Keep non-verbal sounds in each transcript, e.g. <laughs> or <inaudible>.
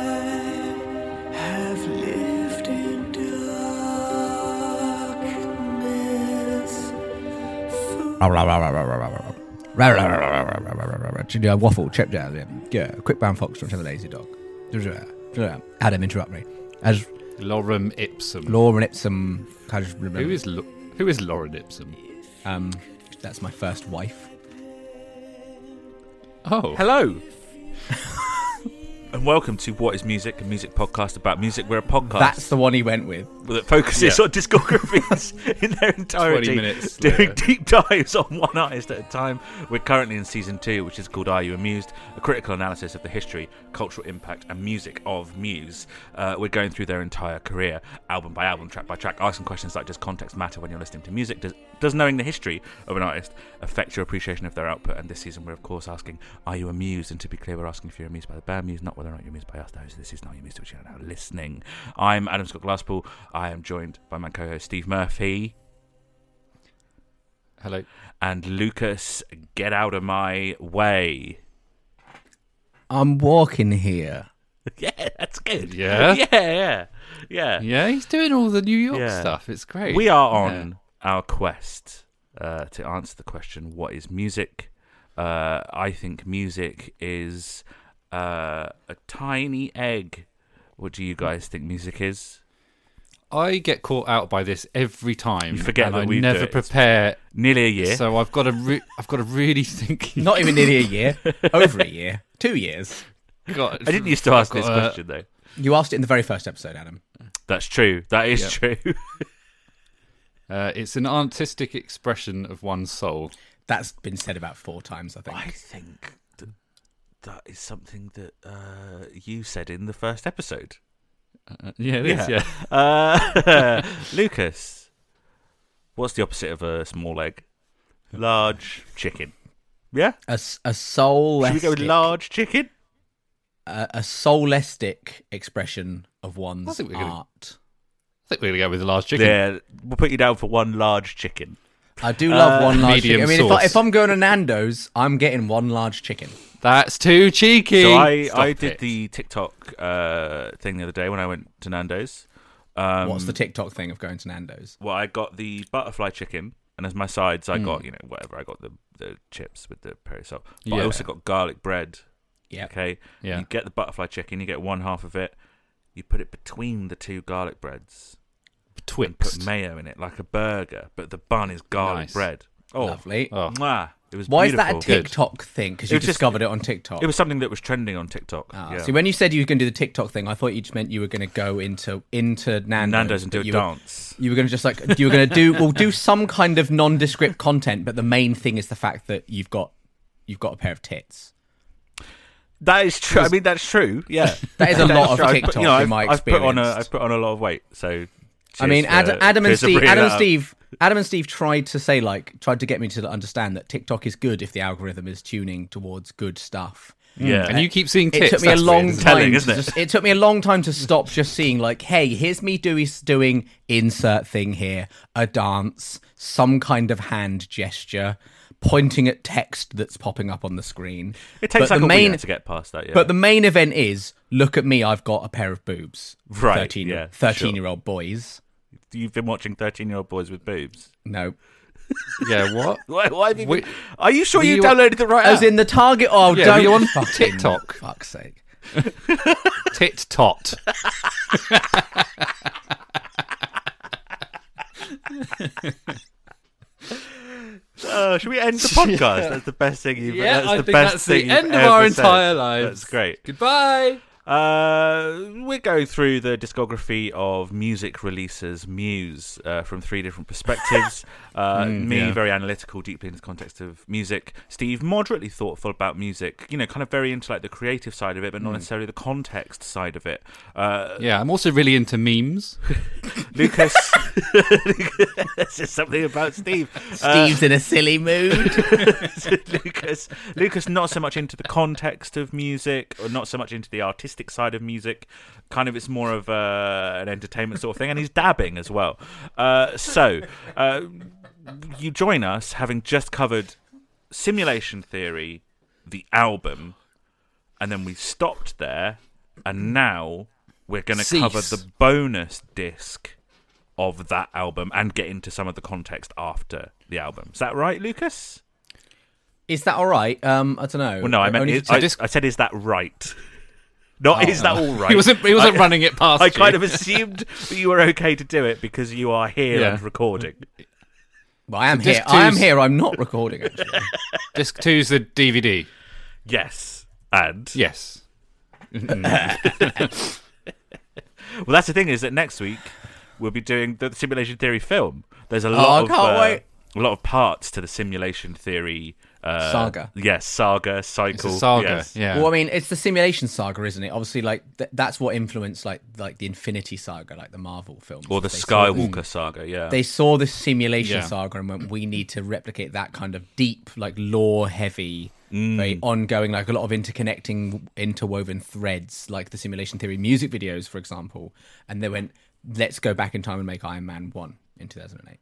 I have lived in darkness. Do a waffle, chip jazz, yeah. yeah. Quick brown fox, have a lazy dog. Adam, interrupt me. As Lorem Ipsum. Lauren Ipsum, can I just remember? who is Lo- who is Lauren Ipsum? Um, that's my first wife. Oh, Hello. <laughs> And welcome to What is Music, a music podcast about music. We're a podcast. That's the one he went with. that focuses Yeah. on discographies <laughs> in their entirety, 20 minutes Oh, <laughs> doing later. deep dives on one artist at a time. We're currently in season two, which is called "Are You Amused?" a critical analysis of the history, cultural impact, and music of Muse. Uh, we're going through their entire career, album by album, track by track, asking questions like: Does context matter when you're listening to music? Does does knowing the history of an artist affect your appreciation of their output? And this season, we're of course asking: Are you amused? And to be clear, we're asking if you're amused by the band Muse, not whether or not you're amused by us. Those this is not you, Mr. Which you are now listening. I'm Adam Scott Glasspool. I am joined by my co-host Steve Murphy hello. and Lucas. Get out of my way. <laughs> I'm walking here. Yeah, that's good. <laughs> Yeah? yeah, yeah, yeah. Yeah, he's doing all the New York Yeah. stuff. It's great. We are on our quest uh, to answer the question: What is music? Uh, I think music is uh, a tiny egg. What do you guys think music is? I get caught out by this every time. You forget and that I we do never it. prepare, Nearly a year. so I've got to. Re- I've got to really think. Not even nearly a year. Over a year. Two years. God, I didn't used to ask I've this got, uh, question though. You asked it in the very first episode, Adam. That's true. That is Yeah. <laughs> true. Uh, it's an artistic expression of one's soul. That's been said about four times, I think. I think that that is something that uh, you said in the first episode. Uh, yeah, it is, yeah. Uh, <laughs> Lucas, what's the opposite of a small egg? Large chicken. Yeah. A, s- a soul. Should we go with large chicken? a, a soulistic expression of I one's think we're gonna- art. I think we're gonna go with the large chicken. Yeah, we'll put you down for one large chicken. I do love one large medium chicken. I mean, if, I, sauce. if I'm going to Nando's, I'm getting one large chicken. That's too cheeky. So I, Stop I it. did the TikTok uh, thing the other day when I went to Nando's. Um, What's the TikTok thing of going to Nando's? Well, I got the butterfly chicken, and as my sides, I got you know whatever. I got the the chips with the peri salt, but I Yeah. also got garlic bread. Yeah. Okay. Yeah. You get the butterfly chicken. You get one half of it. You put it between the two garlic breads. and Twixt. Put mayo in it like a burger, but the bun is garlic Nice. bread. Oh, Lovely. Oh. Mwah. It was Why is that beautiful. a Good. TikTok thing? Because It you was just- discovered it on TikTok. It was something that was trending on TikTok. Ah, yeah. See, when you said you were going to do the TikTok thing, I thought you just meant you were going to go into into Nando's, Nando's and do but a you Were, dance. you were going to just like you were going to do well do some kind of nondescript content, but the main thing is the fact that you've got you've got a pair of tits. That is true. I mean, that's true. Yeah, <laughs> That is a lot of true. I've put- TikTok you know, I've, in my I've experience. put on a, I've put on a lot of weight. So, uh, I mean, cheers Ad, for- Adam and cheers for Steve, bringing Adam and that up. Steve, Adam and Steve tried to say like tried to get me to understand that TikTok is good if the algorithm is tuning towards good stuff. Yeah, And you keep seeing tits. It took me a that's long weird, isn't time. Telling, to isn't it? just- took me a long time to stop just seeing like, hey, here's me doing doing insert thing here, a dance, some kind of hand gesture, pointing at text that's popping up on the screen. it takes But like the a main, week to get past that. Yeah, But the main event is, look at me, I've got a pair of boobs. Right, 13, yeah, 13 sure. year old boys. you've been watching thirteen-year-old boys with boobs. No. it? Yeah, what? <laughs> Why, why have you? Wait, been- are you sure were you, you- downloaded the right As app? in the target. Oh, Yeah, don't were you on fucking- TikTok? Fuck's sake. Tit tot. Uh, should we end <laughs> the podcast? That's the best thing you've. Yeah, that's I the think best that's thing the you've end of our ever said. entire lives. That's great. Goodbye. Uh, we go through the discography of music releases Muse uh, from three different <laughs> perspectives. uh, me, Mm, yeah. very analytical, deeply into the context of music. Steve, moderately thoughtful about music. You know, kind of very into like the creative side of it, Mm. but not necessarily the context side of it. Uh, Yeah, I'm also really into memes. <laughs> Lucas, <laughs> this is something about Steve. Uh, Steve's in a silly mood. Lucas, Lucas, not so much into the context of music, or not so much into the artistic side of music. Kind of, it's more of uh, an entertainment sort of thing, and he's dabbing as well. Uh, so, uh, you join us having just covered Simulation Theory, the album, and then we stopped there, and now we're going to Cease. cover the bonus disc of that album and get into some of the context after the album. Is that right, Lucas? Is that all right? Um, I don't know. Well, no, I meant Only is, to- I, I said, is that right? <laughs> Not is Oh. that <laughs> all right? He wasn't. He wasn't I- running it past. I you. kind of <laughs> assumed that you were okay to do it because you are here Yeah. and recording. Well, I am here. disc I am two's- here. I'm not recording. Actually, Disc two's the DVD. Yes, and Yes. well, that's the thing is that next week we'll be doing the simulation theory film. There's a Oh, I lot of can't uh, wait. a lot of parts to the simulation theory uh, Saga. Yes, saga It's a cycle. saga. yes. Yeah. well, I mean, it's the simulation saga, isn't it? Obviously, like th- that's what influenced like like the Infinity Saga, like the Marvel films, or the They saw- Skywalker saga. Yeah, They saw the simulation Yeah. saga and went, "We need to replicate that kind of deep, like lore-heavy, very ongoing, like a lot of interconnecting, interwoven threads, like the simulation theory music videos, for example." And they went, "Let's go back in time and make Iron Man one in 2008."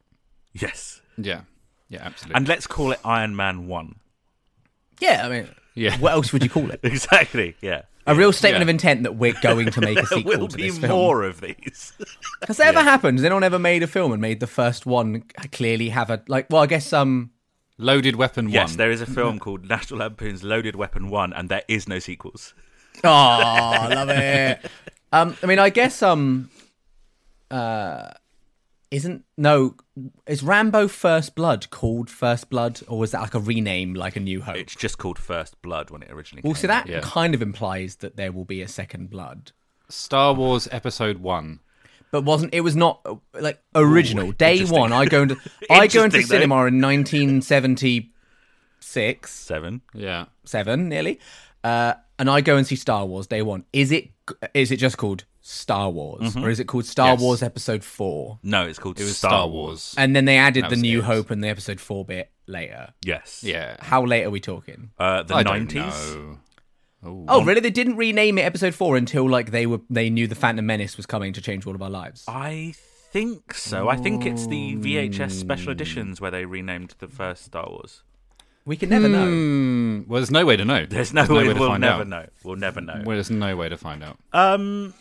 yes, yeah. Yeah. Absolutely. and let's call it Iron Man One. <laughs> Yeah, I mean, Yeah. What else would you call it? Exactly. Yeah, A real statement Yeah. of intent that we're going to make a there sequel will to be this film. more of these. Has that ever happened? Has anyone ever made a film and made the first one clearly have a like? Well, I guess um, Loaded Weapon Yes, One. there is a film called National Lampoon's Loaded Weapon One, and there is no sequels. oh, I love it. Um, I mean, I guess um, uh, isn't no, is Rambo First Blood called First Blood, or was that like a rename, like a New Hope? It's just called First Blood when it originally. well, came so that Yeah. kind of implies that there will be a second blood. Star Wars Episode One. but wasn't it was not uh, like original day interesting. one i go into i go into Interesting, the cinema in 1976 seven. Yeah. 7 nearly uh, and i go and see star wars day one is it is it just called star wars or is it called star Yes. wars episode 4 No, it's called It was Star, Wars. and then they added That the was new it. hope and the episode 4 bit later Yes. Yeah. how late are we talking Uh, the I don't nineties. know. oh really they didn't rename it episode 4 until like they were they knew the phantom menace was coming to change all of our lives I think so. I think it's the VHS special editions where they renamed the first Star Wars. we can never know Hmm, well, there's no way to know. There's no way to we'll find never out. know. We'll never know. Well, there's no way to find out. Um.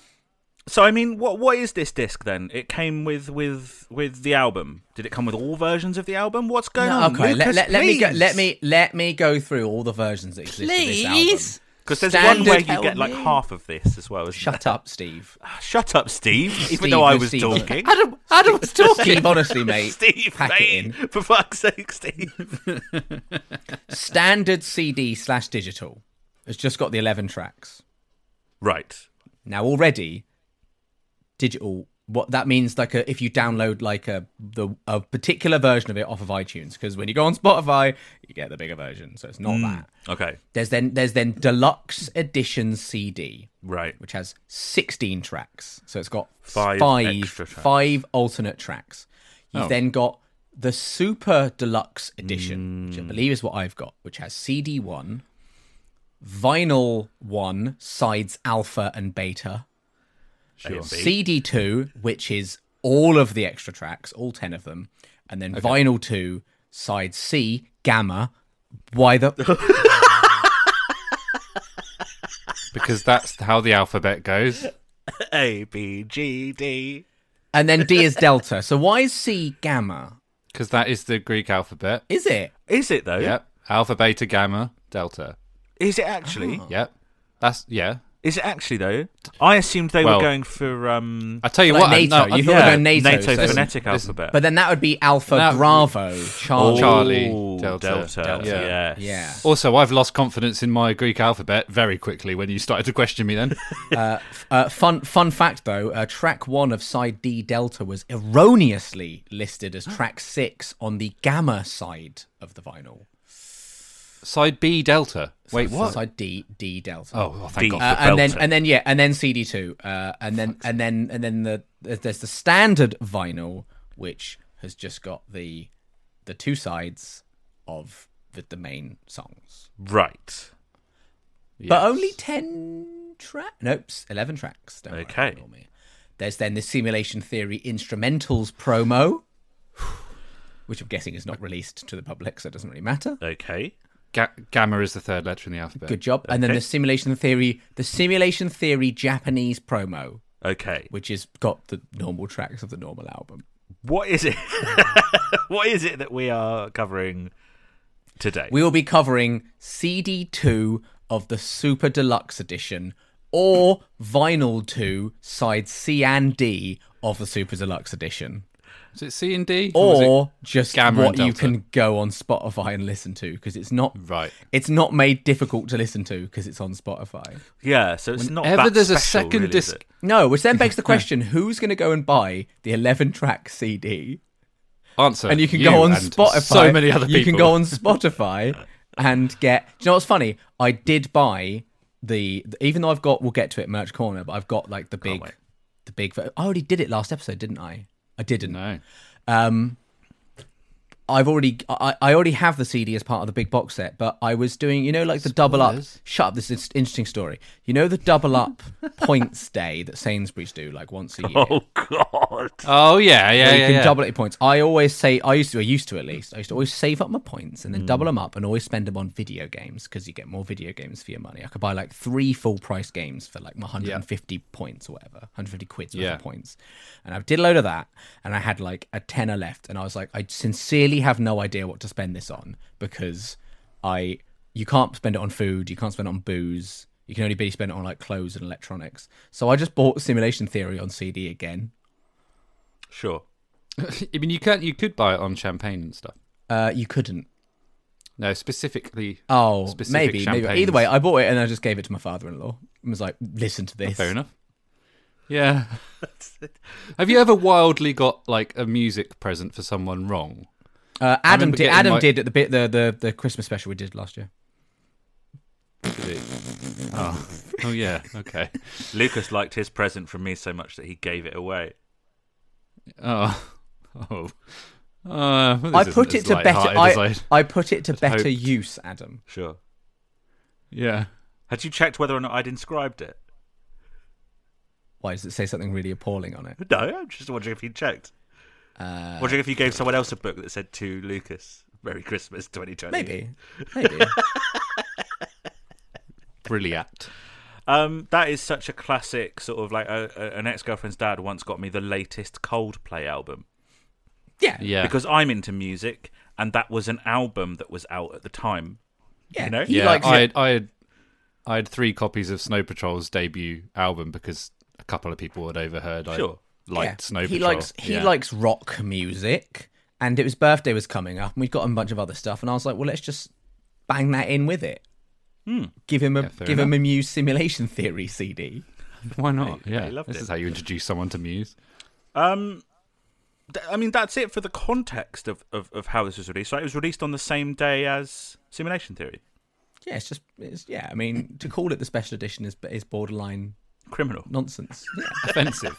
So I mean, what what is this disc then? It came with with with the album. Did it come with all versions of the album? What's going No, on? okay, let, Lucas, let, let me go, please. let me let me go through all the versions that exist. Please, this album. Because there's one Standard- where you get Tell like me. half of this as well. Isn't Shut up, Steve. there? shut up, Steve. <laughs> Even Steve though I was was Steve. <laughs> talking, Adam, Adam was talking. Steve, <laughs> honestly, mate. <laughs> Steve, pack mate, it in. for fuck's sake, <laughs> Steve. Standard CD slash digital has just got the 11 tracks. right. Now already, digital. What that means, like, a, if you download like a the a particular version of it off of iTunes, because when you go on Spotify, you get the bigger version, so it's not that. Okay. There's then there's then deluxe edition CD, <laughs> Right. which has 16 tracks. So it's got Five five five, extra tracks. Oh. alternate tracks. You've then got the super deluxe edition, Mm. which I believe is what I've got, which has CD one, vinyl one, sides alpha and beta, Sure. CD two, which is all of the extra tracks, all ten of them, and then vinyl two, side C, gamma. Why the <laughs> because that's how the alphabet goes. A B G D. and then D is delta. So why is C gamma? Because that is the Greek alphabet. <laughs> Is it? Is it though? Yep. Alpha, beta, gamma, delta. Is it actually? Oh. Yep. That's yeah. Is it actually though? I assumed they Well- were going for um. I tell you Like what, I- NATO, no, I- you thought- about NATO, so- phonetic alphabet. But then that would be Alpha That- Bravo Oh, Charlie. Charlie, Ooh, Delta, Delta, Delta. yes. Yeah. Oh, also I've lost confidence in my Greek alphabet very quickly when you started to question <laughs> me. Then Uh, fun fun fact though, uh, track one of side D Delta was erroneously listed as track six on the Gamma side of the vinyl. side B, delta. Wait, what? Side D D Delta. Oh, oh, thank D. God. Uh, the and then belter. and then yeah, and then CD two, uh, and then and then and then the there's the standard vinyl which has just got the the two sides of the, the main songs, Right. but only ten track. Nope, eleven tracks. Don't worry, Okay. ignore me. There's then the Simulation Theory instrumentals promo, which I'm guessing is not released to the public, so it doesn't really matter. Okay. Ga- gamma is the third letter in the alphabet. Good job. And then Okay. the Simulation Theory, the Simulation Theory Japanese promo, Okay. which has got the normal tracks of the normal album. What is it? <laughs> what is it that we are covering today? We will be covering CD two of the Super Deluxe Edition or Vinyl two side C and D of the Super Deluxe Edition. Is it C and D? was it- or just Gamma and what you Delta? can go on Spotify and listen to because it's not Right. It's not made difficult to listen to because it's on Spotify. yeah. So it's not. Ever that there's a special, second really, is disc- it? <laughs> No, which then begs the question: Who's going to go and buy the eleven-track CD? answer. And you can go on and Spotify. So many other people. You can go on Spotify and get. Do you know what's funny? I did buy the, even though I've got. We'll get to it, merch corner, but I've got like the big, wait. the big. I already did it last episode, didn't I? I didn't. No. um I've already I, I already have the CD as part of the big box set, but I was doing you know like the double up. Spoilers. Shut up! This is an interesting story. You know the double up points day that Sainsbury's do like once a year. Oh God. Oh yeah, yeah, Where you yeah. can yeah. double up your points. I always say I used to I used to at least I used to always save up my points and then Mm. double them up and always spend them on video games because you get more video games for your money. I could buy like three full price games for like my 150 points or whatever, 150 quid worth Yeah. of points. And I did a load of that and I had like a tenner left and I was like I sincerely have no idea what to spend this on because I you can't spend it on food, you can't spend it on booze. You can only be spent on like clothes and electronics. So I just bought Simulation Theory on CD again. Sure. <laughs> I mean, you can You could buy it on champagne and stuff. Uh, you couldn't. No, specifically. Oh, specific maybe, maybe. champagnes. Either way, I bought it and I just gave it to my father-in-law and was like, "Listen to this." Oh, Fair enough. <laughs> Yeah. Have you ever wildly got like a music present for <laughs> someone wrong? Uh, Adam remember did. getting Adam my- did at the bit the, the the Christmas special we did last year. Did it? Oh. oh yeah. Okay. Lucas liked his present from me so much that he gave it away. Oh. Oh. Uh, well, this I isn't put as it to better. light-hearted as I, I I'd- put it to better hoped. use, Adam. Sure. Yeah. Had you checked whether or not I'd inscribed it? <laughs> Why does it say something really appalling on it? No, I'm just wondering if you checked. Uh, Wondering if you gave someone else a book that said to Lucas, "Merry Christmas 2020." maybe, maybe. <laughs> Brilliant. Um, that is such a classic sort of like a, a, an ex girlfriend's dad once got me the latest Coldplay album yeah, Yeah. because I'm into music, and that was an album that was out at the time. yeah. know? He yeah, likes I it. had, I had I had three copies of Snow Patrol's debut album because a couple of people had overheard I Sure. liked Yeah. Snow He Patrol. likes he Yeah. likes rock music, and it was birthday was coming up, and we'd got a bunch of other stuff, and I was like, well, let's just bang that in with it. Give him a Hmm. fair give him a Muse Simulation Theory CD. Why not? yeah, loved this it. is how you introduce someone to Muse. Um, th- I mean, that's it for the context of, of, of how this was released. Right, it was released on the same day as Simulation Theory. Yeah, it's just it's, yeah. I mean, to call it the special edition is is borderline Criminal. nonsense. Yeah. Offensive.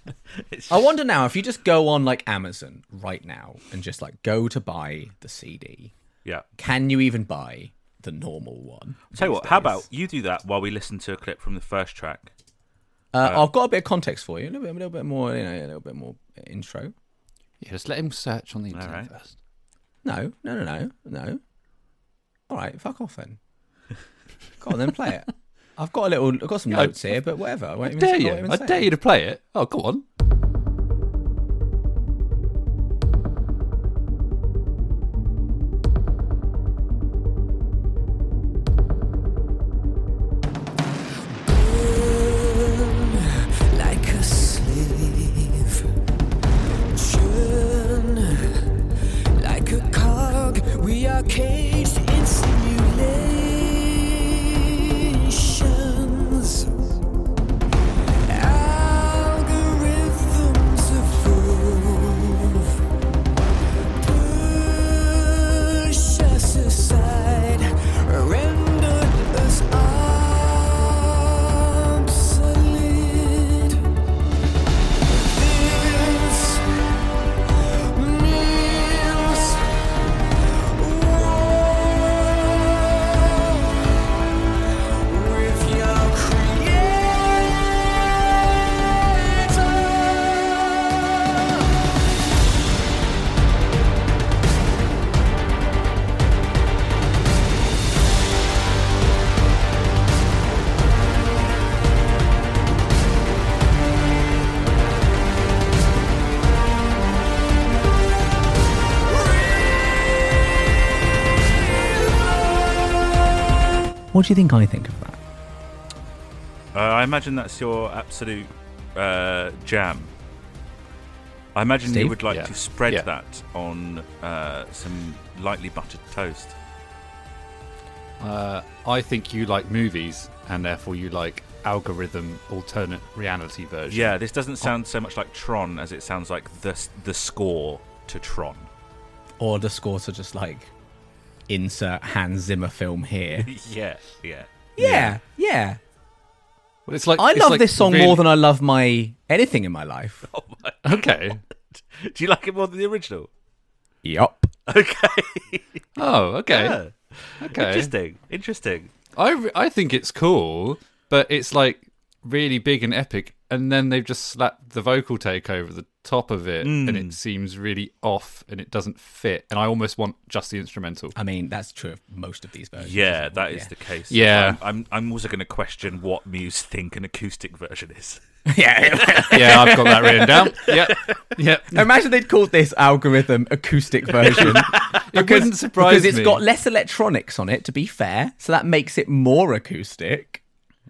<laughs> I wonder now if you just go on like Amazon right now and just like go to buy the CD, Yeah. can you even buy the normal one? Tell you these what, how days? about you do that while we listen to a clip from the first track? Uh, I've got a bit of context for you, a little bit, a little bit more, you know, a little bit more intro. yeah, just let him search on the internet right. first. No, no, no, no, no. All right, fuck off then. Go on then, play it. I've got a little, I've got some I- notes here, but whatever. I, won't I even- dare won't you. even I say dare it. you to play it. Oh, go on. like a slave, churn like a cog. We are caged in simulations, algorithms evolve, push us aside, rendered us obsolete. This means war with your creator. What do you think I think of that? Uh, I imagine that's your absolute uh, jam. I imagine you Steve? would like Yeah. to spread Yeah. that on uh, some lightly buttered toast. Uh, I think you like movies, and therefore you like algorithm alternate reality version. Yeah, this doesn't sound so much like Tron as it sounds like the s- the score to Tron. Or the scores are just like insert Hans Zimmer film <laughs> here. yeah, yeah. yeah, yeah. Well, it's like I it's love like this song really- Oh. more than I love my anything in my life. <laughs> Okay. Do you like it more than the original? Yup. Oh, okay. Yeah. Okay. Interesting. Interesting. I re- I think it's cool, but it's like really big and epic, and then they've just slapped the vocal take over the top of it, and Mm. it seems really off, and it doesn't fit, and I almost want just the instrumental. <laughs> I mean, that's true of most of these versions. Yeah, that is yeah. the case. Yeah. I'm, I'm, I'm also going to question what Muse think an acoustic version is. <laughs> yeah. <laughs> yeah, I've got that written down. Yep, yep. Imagine they'd called this algorithm acoustic version. it wouldn't <laughs> surprise because it's me. got less electronics on it, to be fair, so that makes it more acoustic.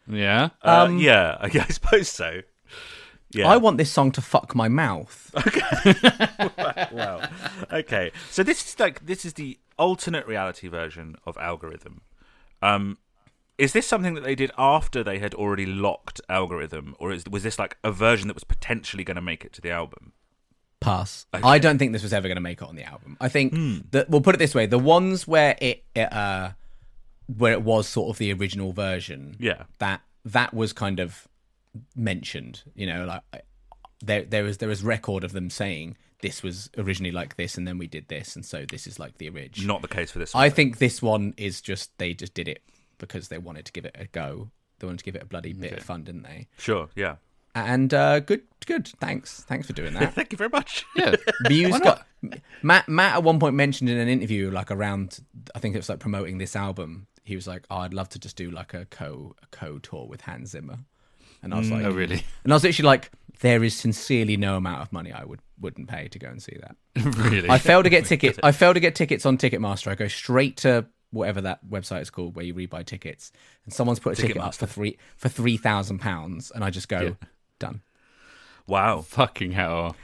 yeah. Uh, yeah, I, <laughs> I suppose so. Yeah. Um, I want this song to fuck my mouth. wow. Okay. So this is like this is the alternate reality version of algorithm. Um is this something that they did after they had already locked algorithm or is, was this like a version that was potentially going to make it to the album? Pass. I don't think this was ever going to make it on the album. I think Hmm. that we'll put it this way: the ones where it, it uh, where it was sort of the original version, Yeah. that that was kind of mentioned. You know, like I- there there was there was record of them saying this was originally like this, and then we did this, and so this is like the original. Not the case for this one. I think this one is just they just did it because they wanted to give it a go. They wanted to give it a bloody bit of fun, didn't they? sure, yeah. And uh, good, good. Thanks, thanks for <laughs> doing that. Thank you very much. <laughs> Yeah. Muse got Matt. Matt at one point mentioned in an interview, like around, I think it was like promoting this album. He was like, "Oh, I'd love to just do like a co a co tour with Hans Zimmer," and I was like, Oh, really? <laughs> And I was literally like, "There is sincerely no amount of money I would wouldn't pay to go and see that." really? <laughs> I failed to get tickets. I failed to get tickets on Ticketmaster. I go straight to whatever that website is called where you rebuy tickets, and someone's put a ticket up for three for three thousand pounds, and I just go done. Wow. Fucking hell.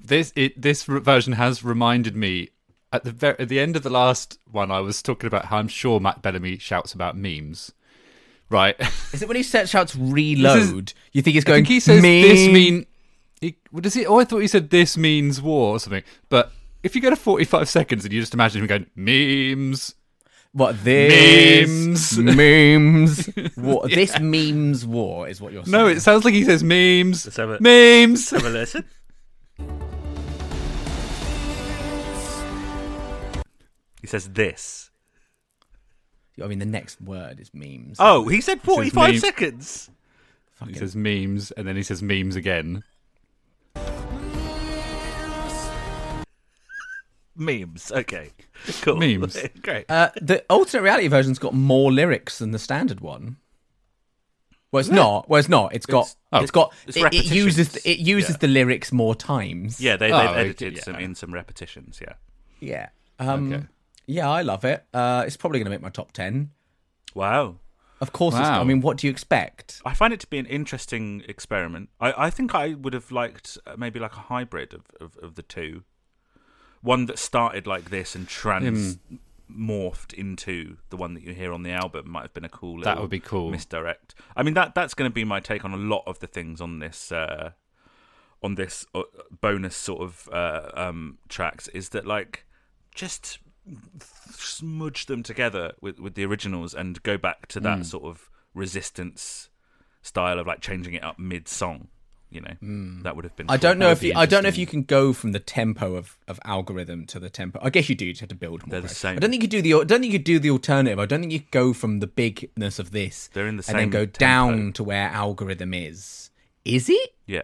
This it this re- version has reminded me at the ver- at the end of the last one I was talking about how I'm sure Matt Bellamy shouts about memes. Right. <laughs> Is it when he set shouts reload? you think he's I going? think he says "Me?" this mean he, what does he oh I thought he said this means war or something. But if you go to 45 seconds and you just imagine him going memes what this Memes. memes <laughs> war. This memes war is what you're saying. No, it sounds like he says memes. Let's have a- Memes. Have a listen. He says this. I mean the next word is memes. Oh, he said 45 meme. seconds. He says memes and then he says memes again. Memes. Okay. Cool. Memes. <laughs> Great. Uh, the alternate reality version's got more lyrics than the standard one. Well, it's not. Well, it's not. It's got. It's, Oh. got. It's it, it uses. repetitions. It uses Yeah. the lyrics more times. yeah, they, they've Oh, edited okay, some yeah. in some repetitions. Yeah. Yeah. Um, Okay. Yeah, I love it. Uh, it's probably going to make my top ten. Wow. Of course. It's, Wow. I mean, what do you expect? I find it to be an interesting experiment. I, I think I would have liked uh, maybe like a hybrid of, of, of the two. One that started like this and transmorphed Hmm. into the one that you hear on the album might have been a cool. That little would be cool. Misdirect. I mean that that's going to be my take on a lot of the things on this uh, on this uh, bonus sort of uh, um, tracks is that like just smudge them together with, with the originals and go back to that sort of resistance style of like changing it up mid song. You know, that would have been. I cool. don't know if be you, I don't know if you can go from the tempo of, of algorithm to the tempo. I guess you do. You just have to build more. They're the right? same. I don't think you do the. I don't think you do the alternative. I don't think you go from the bigness of this. They're in the And then same go tempo. down to where algorithm is. Is it? Yeah,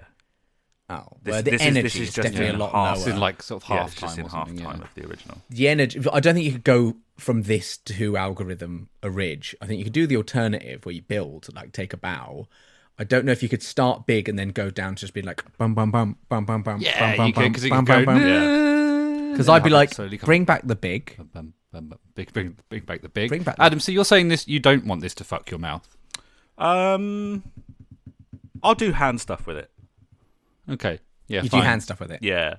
Oh, This- well, the this is- energy this is is, just definitely in a lot half. This Well, is lower. like sort of yeah, half it's time just in or something. half time yeah. of the original. the energy. I don't think you could go from this to algorithm a ridge. I think you could do the alternative where you build, like take a bow. I don't know if you could start big and then go down to just be like bum bum bum bum bum bum Yeah, bum you bum could, 'cause it bum can bum go, bum. Because I'd be Yeah. like, Slowly come- bring back the big. Bum, bum, bum. Big, bring, bring back the big. Bring back the- Adam, so you're saying this? You don't want this to fuck your mouth? Um, I'll do hand stuff with it. Okay. Yeah. You do fine. hand stuff with it. Yeah,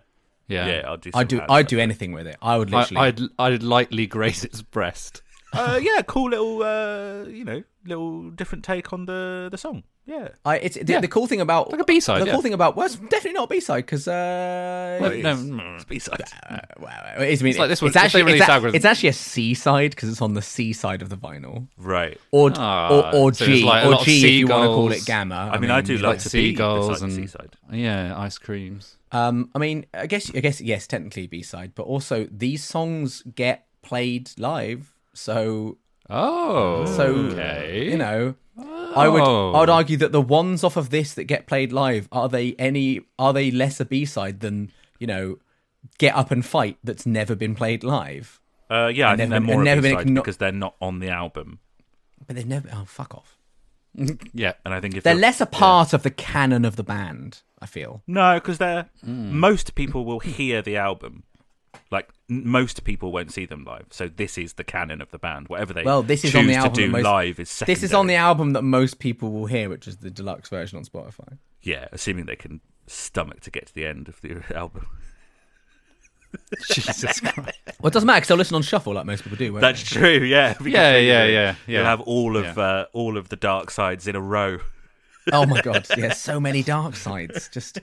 Yeah. yeah, I'll do. Some I do. hand I stuff. do anything with it. I would I, literally. I'd I'd lightly graze <laughs> its breast. Uh, yeah, cool little, uh, you know, little different take on the the song. Yeah, I, it's the, Yeah. the cool thing about Like a B-side, The yeah. cool thing about well, it's definitely not a B side because uh, Well, it no, is. mm. It's B-side. well, it's, I mean, it's like this one, It's if they actually, release it's, a- Algorithm- it's actually a C side because it's on the C side of the vinyl, Right. or Ah, or, or so G there's like a lot or of G if you want to call seagulls. it gamma. Um, I mean, I do like to be seagulls beside the and seaside. yeah, ice creams. Um, I mean, I guess I guess yes, technically B side, but also these songs get played live, so Oh, So okay. you know, I would Oh. I would argue that the ones off of this that get played live are they any are they less a B side than you know, get up and fight that's never been played live, Uh, yeah, I And think never they're been- more and of never been B-side igno- because they're not on the album. but they've never oh fuck off. yeah, <laughs> And I think if They're you're- less a part of the canon of the band. I feel No, because they're Hmm. most people will hear the album. Like n- most people won't see them live, so this is the canon of the band. Whatever they Well, this is choose on the album to do that most- live is secondary. this is on the album that most people will hear, which is the deluxe version on Spotify. yeah, assuming they can stomach to get to the end of the <laughs> album. Jesus Christ. Well, it doesn't matter because they'll listen on shuffle like most people do. Won't That's true. Yeah, <laughs> because Yeah, they- yeah, they- yeah, yeah. You'll have all of Yeah. uh, all of the dark sides in a row. they? oh my god, yeah, so many dark sides. Just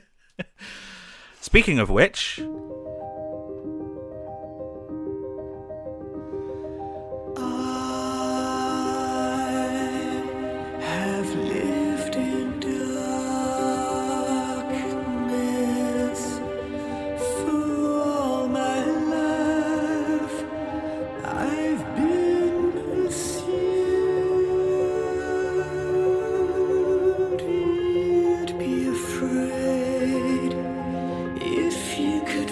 Speaking of which, I have lived in darkness for all my life. I've been misused. You'd be afraid if you could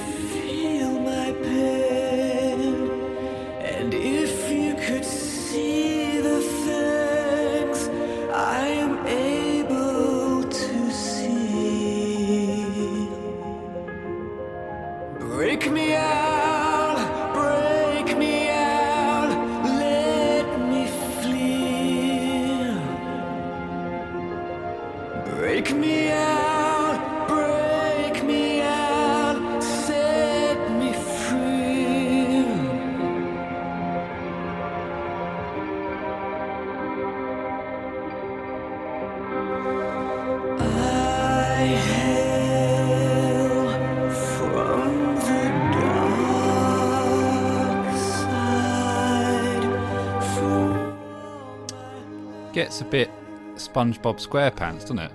gets a bit SpongeBob SquarePants, doesn't it?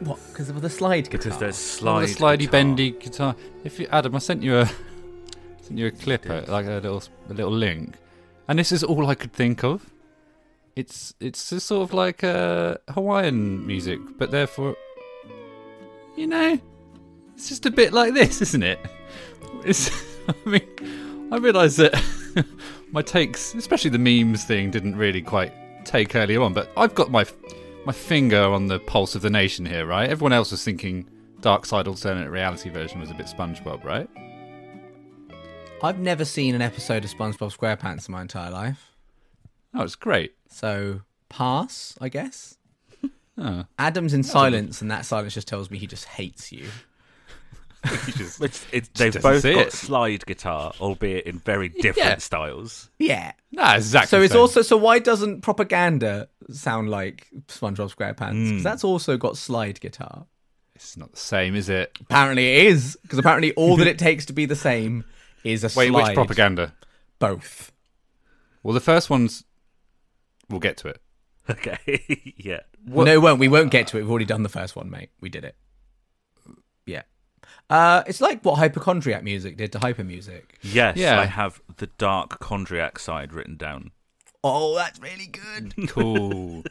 What? Because of the slide Because guitar. there's All slide the slidey guitar. bendy guitar. If you, Adam, I sent you a <laughs> sent you a clip, uh, like a little a little link, and this is all I could think of. It's it's just sort of like uh, Hawaiian music, but therefore, you know, it's just a bit like this, isn't it? <laughs> It's, <laughs> I mean, I realise that <laughs> my takes, especially the memes thing, didn't really quite take earlier on. But I've got my my finger on the pulse of the nation here, right? Everyone else was thinking Dark Side alternate reality version was a bit SpongeBob, right? I've never seen an episode of SpongeBob SquarePants in my entire life. Oh, it's great. So pass, I <laughs> guess. Oh. Adam's in silence, and that silence just tells me he just hates you. You just- It's, it's, they've doesn't both see got it. slide guitar, albeit in very different Yeah. styles. <laughs> Yeah. nah, exactly. So the it's same. also so why doesn't propaganda sound like SpongeBob SquarePants? Because that's also got slide guitar. it's not the same, is it? Apparently it is because apparently all <laughs> that it takes to be the same is a Wait, slide. which propaganda? Both. Well, the first one's. We'll get to it. Okay, yeah. No, we won't. We won't get to it. We've already done the first one, mate. We did it. Yeah. Uh, it's like what hypochondriac music did to hyper music. Yes, Yeah. I have the dark chondriac side written down. Oh, that's really good. <laughs> Cool.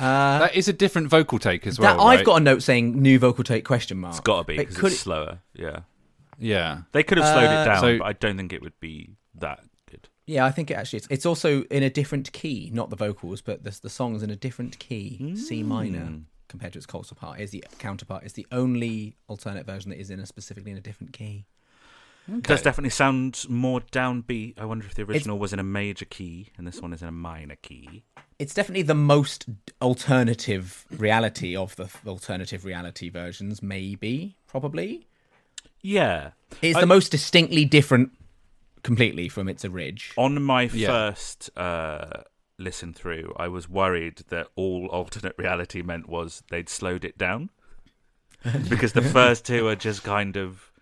Uh, that is a different vocal take as well. that I've right? got a note saying new vocal take question mark. It's got to be But because could it's it- slower. Yeah, Yeah. they could have slowed it down, Uh, so- but I don't think it would be that good. yeah, I think it actually is. It's also in a different key, not the vocals, but the the song's in a different key, C Hmm. minor, compared to its counterpart. Is the counterpart. It's the only alternate version that is in a specifically in a different key. It does definitely sound more downbeat. I wonder if the original was in a major key and this one is in a minor key. it's definitely the most alternative reality of the alternative reality versions maybe probably Yeah, it's I- the most distinctly different completely from its orig on my Yeah. first uh, listen through, I was worried that all alternate reality meant was they'd slowed it down because the first two are just kind of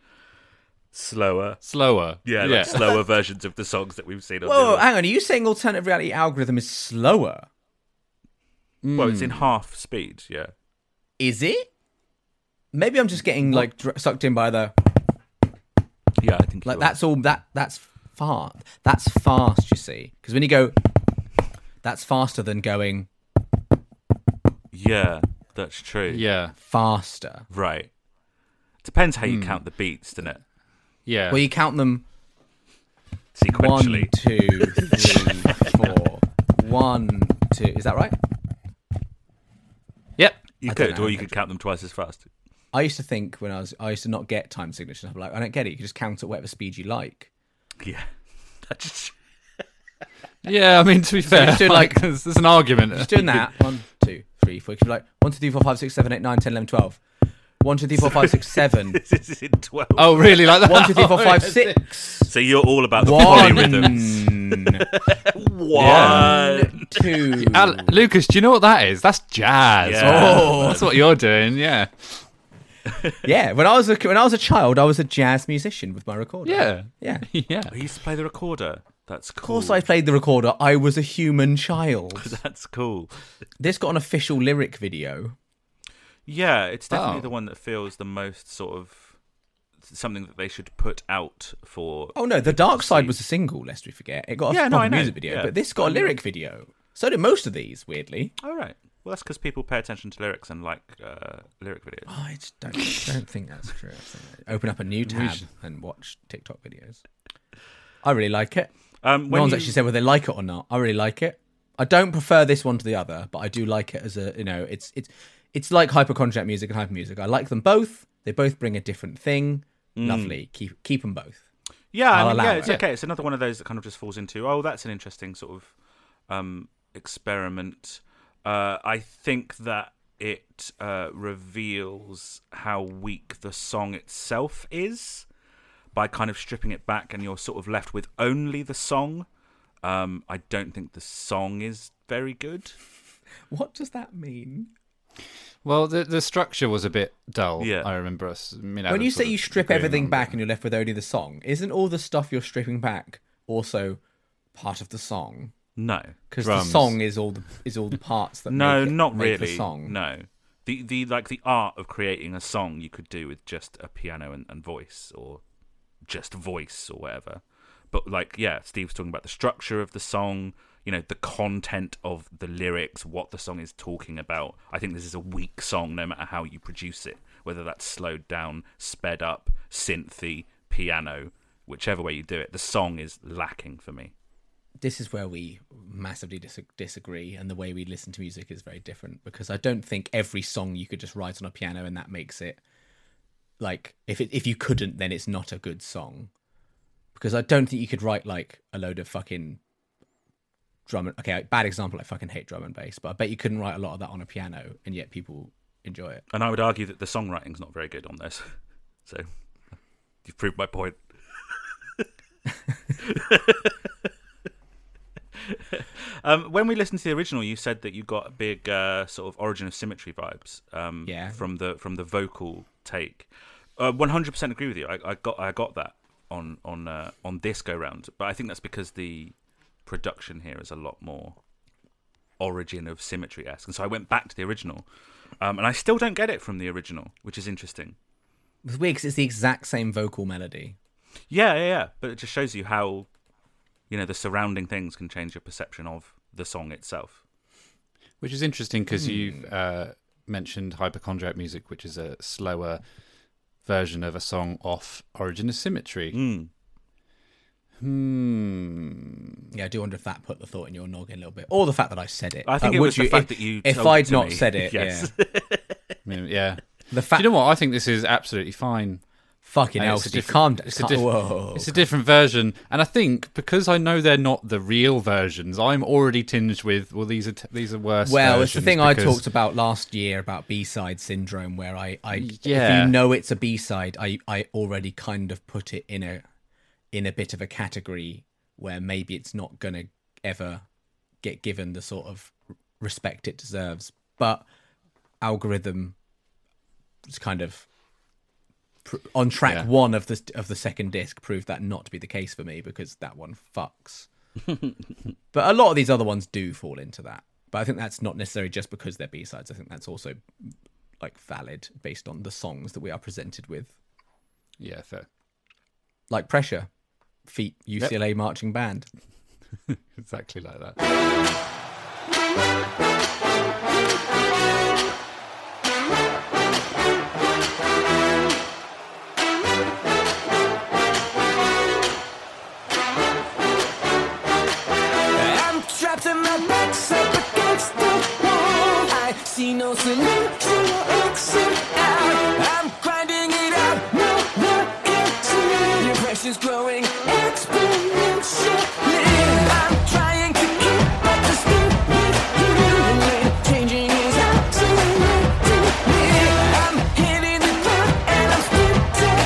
slower. Slower. Yeah, yeah. like slower <laughs> versions of the songs that we've seen. On whoa the other- hang on are you saying alternative reality algorithm is slower well, it's in half speed. Yeah, is it maybe i'm just getting like dr- sucked in by the yeah, I think like you are. that's all that that's fast that's fast you see because when you go that's faster than going Yeah, that's true. yeah. faster Right. Depends how you count the beats, doesn't it? Yeah. well you count them Sequentially. One, two, three, four. One, two. Is that right? Yep. you I don't could, know. or you could count them twice as fast. <laughs> I used to think when I was, I used to not get time signatures. I'm like, I don't get it. You can just count at whatever speed you like. Yeah. That's Yeah, I mean, to be fair, just do, like, like- <laughs> there's, there's an argument. Just doing <laughs> that. One, two, three, four. You could be like, one, two, three, four, five, six, seven, eight, nine, ten, eleven, twelve. One, two, three, four, five, six, <laughs> seven. <laughs> this is in 12. Oh, really? Like that? One, two, three, four, Oh, five, yeah. six. So you're all about the polyrhythms. One, One. two. <laughs> uh, Al- Lucas, do you know what that is? That's jazz. Yeah. Oh, that's what you're doing. Yeah. Yeah. When I was a, when I was a child, I was a jazz musician with my recorder. Yeah. Yeah. Of <laughs> Yeah. I used to play the recorder. That's cool. Of course, <laughs> I played the recorder. I was a human child. That's cool. This got an official lyric video. Yeah, it's definitely Oh. the one that feels the most sort of something that they should put out for. Oh no, The Dark Side was a single, lest we forget. It got a Yeah, no, proper I know. music video, Yeah. but this got a lyric video. So did most of these, weirdly. All right. Well, that's because people pay attention to lyrics and like uh, lyric videos. I just don't, don't think that's true. I think- Open up a new tab and watch TikTok videos. I really like it. Um, No when one's you- actually said whether they like it or not. I really like it. I don't prefer this one to the other, but I do like it as a you know, it's it's it's like hypercontract music and hyper music. I like them both. They both bring a different thing. Lovely. Keep keep them both. Yeah, I I'll mean, allow yeah, it. it's okay. It's another one of those that kind of just falls into, oh, that's an interesting sort of um, experiment. Uh, I think that it uh, reveals how weak the song itself is by kind of stripping it back, and you're sort of left with only the song. Um, I don't think the song is very good. What does that mean? Well, the, the structure was a bit dull. Yeah. I remember us. me and when Adam you sort say of you strip agreeing everything on back and you're left with only the song, isn't all the stuff you're stripping back also part of the song? No, because the Drums. song is all the is all the parts that no, make it- not make really. the song. No, the the like the art of creating a song you could do with just a piano and, and voice, or just voice, or whatever. But like, yeah, Steve's talking about the structure of the song. You know, the content of the lyrics, what the song is talking about. I think this is a weak song, no matter how you produce it, whether that's slowed down, sped up, synthy, piano, whichever way you do it. The song is lacking for me. this is where we massively dis- disagree, and the way we listen to music is very different. Because I don't think every song you could just write on a piano and that makes it like if it, if you couldn't, then it's not a good song. Because I don't think you could write like a load of fucking drum. And, okay, bad example. I fucking hate drum and bass, but I bet you couldn't write a lot of that on a piano, and yet people enjoy it. And I would argue that the songwriting's not very good on this. <laughs> So you've proved my point. <laughs> um, when we listened to the original, you said that you got a big uh, sort of Origin of Symmetry vibes um, Yeah. from the from the vocal take. Uh, One hundred percent agree with you. I, I got I got that on on uh, on this go round, but I think that's because the production here is a lot more origin of symmetry esque. And so I went back to the original, um, and I still don't get it from the original, which is interesting. It's weird 'cause it's the exact same vocal melody. Yeah, yeah, yeah. But it just shows you how, you know, the surrounding things can change your perception of the song itself. Which is interesting because you've uh, mentioned hypochondriac music, which is a slower version of a song off Origin of Symmetry. Mm. Hmm. Yeah, I do wonder if that put the thought in your noggin a little bit, or the fact that I said it. I think Uh, it would was the fact if, that you. if told I'd to not me. said <laughs> it, yes. yeah. I mean, <laughs> yeah. the Do fact you know what? I think this is absolutely fine. Fucking And hell, it's a Steve, different- calm down. it's a Calm- diff- Whoa. It's a different version, and I think because I know they're not the real versions, I'm already tinged with well, these are t- these are worse. well, it's the versions thing I because- talked about last year about B-side syndrome, where I, I if Yeah. you know it's a B-side, I, I already kind of put it in a, in a bit of a category where maybe it's not gonna ever get given the sort of respect it deserves. But algorithm is kind of pr- on track Yeah. one of the of the second disc proved that not to be the case for me because that one fucks. but a lot of these other ones do fall into that. But I think that's not necessarily just because they're B sides. I think that's also like valid based on the songs that we are presented with, Yeah, fair. like Pressure, Feet, UCLA marching band. exactly like that. I'm trapped in my box up against the wall. I see no solution or exit out. I'm grinding it out, no vacancy. Your pressure's growing exponentially. I'm trying to keep up the speed with you. And changing is absolutely me. I'm hitting the ground and I'm splitting.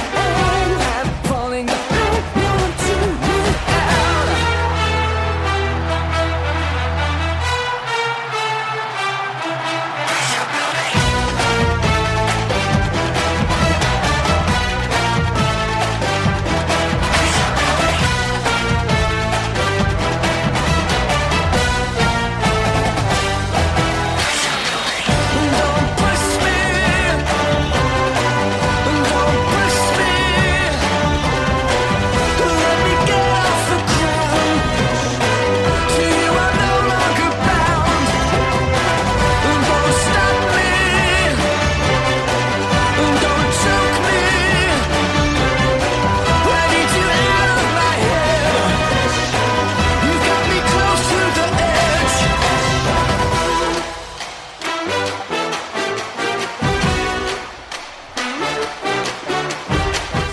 I'm falling behind, no one to look out. Don't push me. Don't push me. Let me get off the ground. To you I'm no longer bound. Don't stop me. Don't choke me. I need you out of my head. You've got me close to the edge.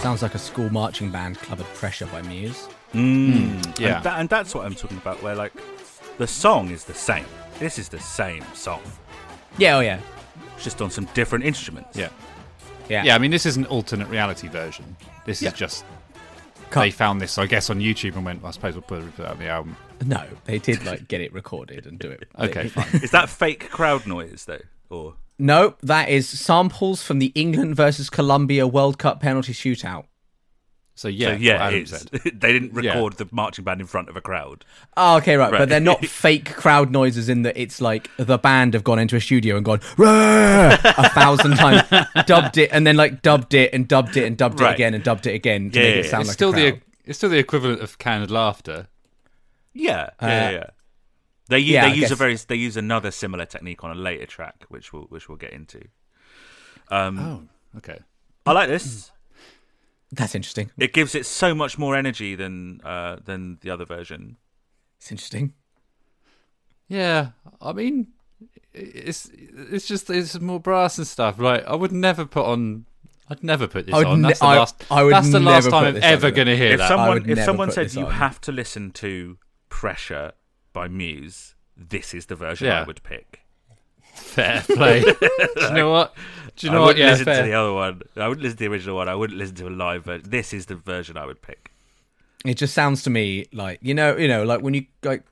Sounds like a school marching band covered Pressure by Muse. Yeah, And, that, and that's what I'm talking about. Where like the song is the same. This is the same song, Yeah, oh yeah. it's just on some different instruments. yeah, Yeah. yeah. I mean, this is an alternate reality version. This Yeah. is just Cut. they found this, I guess, on YouTube and went. I suppose we'll put it out on the album. No, they did like get it recorded and do it. Okay, fine. Is that fake crowd noise though, or? No, that is samples from the England versus Colombia World Cup penalty shootout. So yeah, So, yeah, what it Adam is. said. <laughs> they didn't record the marching band in front of a crowd. Oh, okay, right. But Right. <laughs> they're not fake crowd noises in that it's like the band have gone into a studio and gone "Rah!" a <laughs> thousand times, dubbed it, and then like dubbed it and dubbed it and dubbed Right. it again and dubbed it again to Yeah, make yeah, it yeah. sound It's like still a the e, crowd. it's still the equivalent of canned laughter. Yeah, yeah, yeah. They use, Uh, yeah, they I use a guess. very they use another similar technique on a later track, which we'll which we'll get into. Oh, okay. I like Mm. this. That's interesting. It gives it so much more energy than uh, than the other version. It's interesting. Yeah, I mean, it's it's just it's more brass and stuff. Like I would never put on. I'd never put this I would on. ne- That's the I- last. I would that's the last never time put I'm this ever on. going to hear If that. someone would if never someone put said this you on. have to listen to Pressure by Muse, this is the version I Yeah. would pick. fair play. Do you know what? Do you I know what? wouldn't Yeah, listen fair. to the other one. I wouldn't listen to the original one. I wouldn't listen to a live version. This is the version I would pick. It just sounds to me like you know, you know, like when you like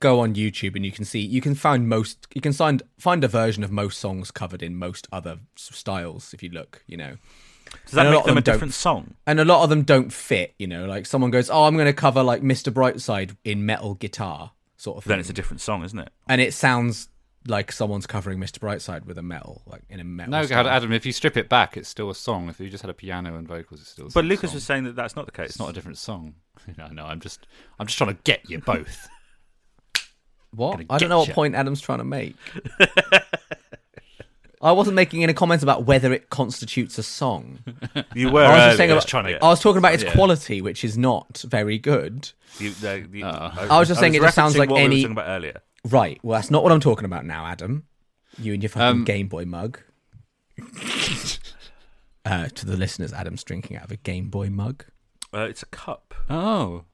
go on YouTube and you can see you can find most you can find find a version of most songs covered in most other s- styles if you look, you know. Does that And a make lot of them a them don't. different song? and a lot of them don't fit you know like someone goes oh i'm going to cover like mr brightside in metal guitar sort of thing Then it's a different song, isn't it? and it sounds like someone's covering mr brightside with a metal like in a metal No, style. God, Adam. If you strip it back, it's still a song. If you just had a piano and vocals, it's still. A But song- Lucas song. was saying that that's not the case. It's not a different song. <laughs> no, no. I'm just. I'm just trying to get you both. what Gonna i get don't know what ya. point adam's trying to make <laughs> i wasn't making any comments about whether it constitutes a song you were. I was just earlier. saying about- trying to- i was talking about its Yeah. quality which is not very good You- no, you- I was just saying it just sounds referencing like what we were any- talking about earlier. right well that's not what i'm talking about now adam you and your fucking game boy mug <laughs> uh, to the listeners adam's drinking out of a game boy mug Uh, it's a cup. Oh.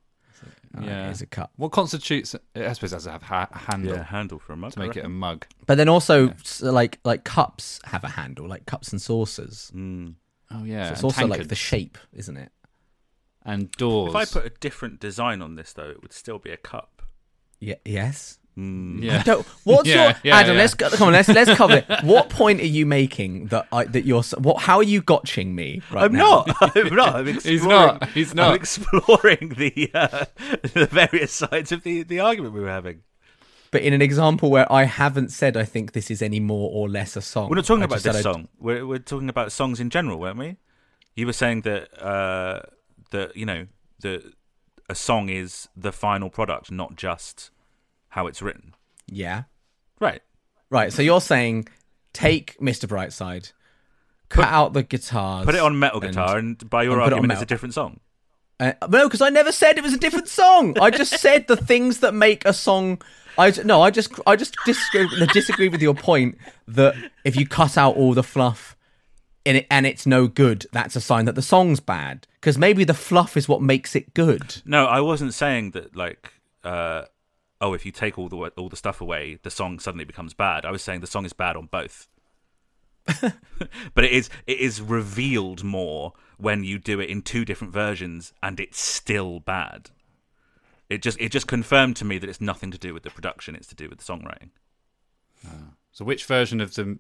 yeah. Yeah. is a cup. What constitutes? I suppose it has to have ha- a handle A handle for a mug. to make it a mug. But then also s like like cups have a handle, like cups and saucers. Oh yeah. It's and also like tankards the shape, isn't it? and doors. If I put a different design on this, though, it would still be a cup. Yeah. Yes. Mm. yeah. So what's Yeah, your yeah, Adam? yeah. Let's go- come on. Let's let's cover <laughs> it. What point are you making that I that you're s- what? How are you gotching me? Right I'm now? not. I'm not. I'm exploring. not. He's I'm not. exploring the uh, <laughs> the various sides of the, the argument we were having. But in an example where I haven't said I think this is any more or less a song. We're not talking I about just said this I- song. We're we're talking about songs in general, weren't we? You were saying that uh, that you know that a song is the final product, not just how it's written. Yeah. Right. Right. So you're saying take Mr. Brightside, cut out the guitars, Put it on metal and- guitar, and, by your and put it on argument, it's a metal. different song. Uh, no, because I never said it was a different song. I <laughs> just said the things that make a song. I j- no, I just I just disagree, disagree with your point that if you cut out all the fluff in it and it's no good, that's a sign that the song's bad. Because maybe the fluff is what makes it good. No, I wasn't saying that. Like, uh, oh, if you take all the wo- all the stuff away, the song suddenly becomes bad. I was saying the song is bad on <laughs> both. but it is it is revealed more when you do it in two different versions, and it's still bad. It just it just confirmed to me that it's nothing to do with the production; it's to do with the songwriting. So which version of the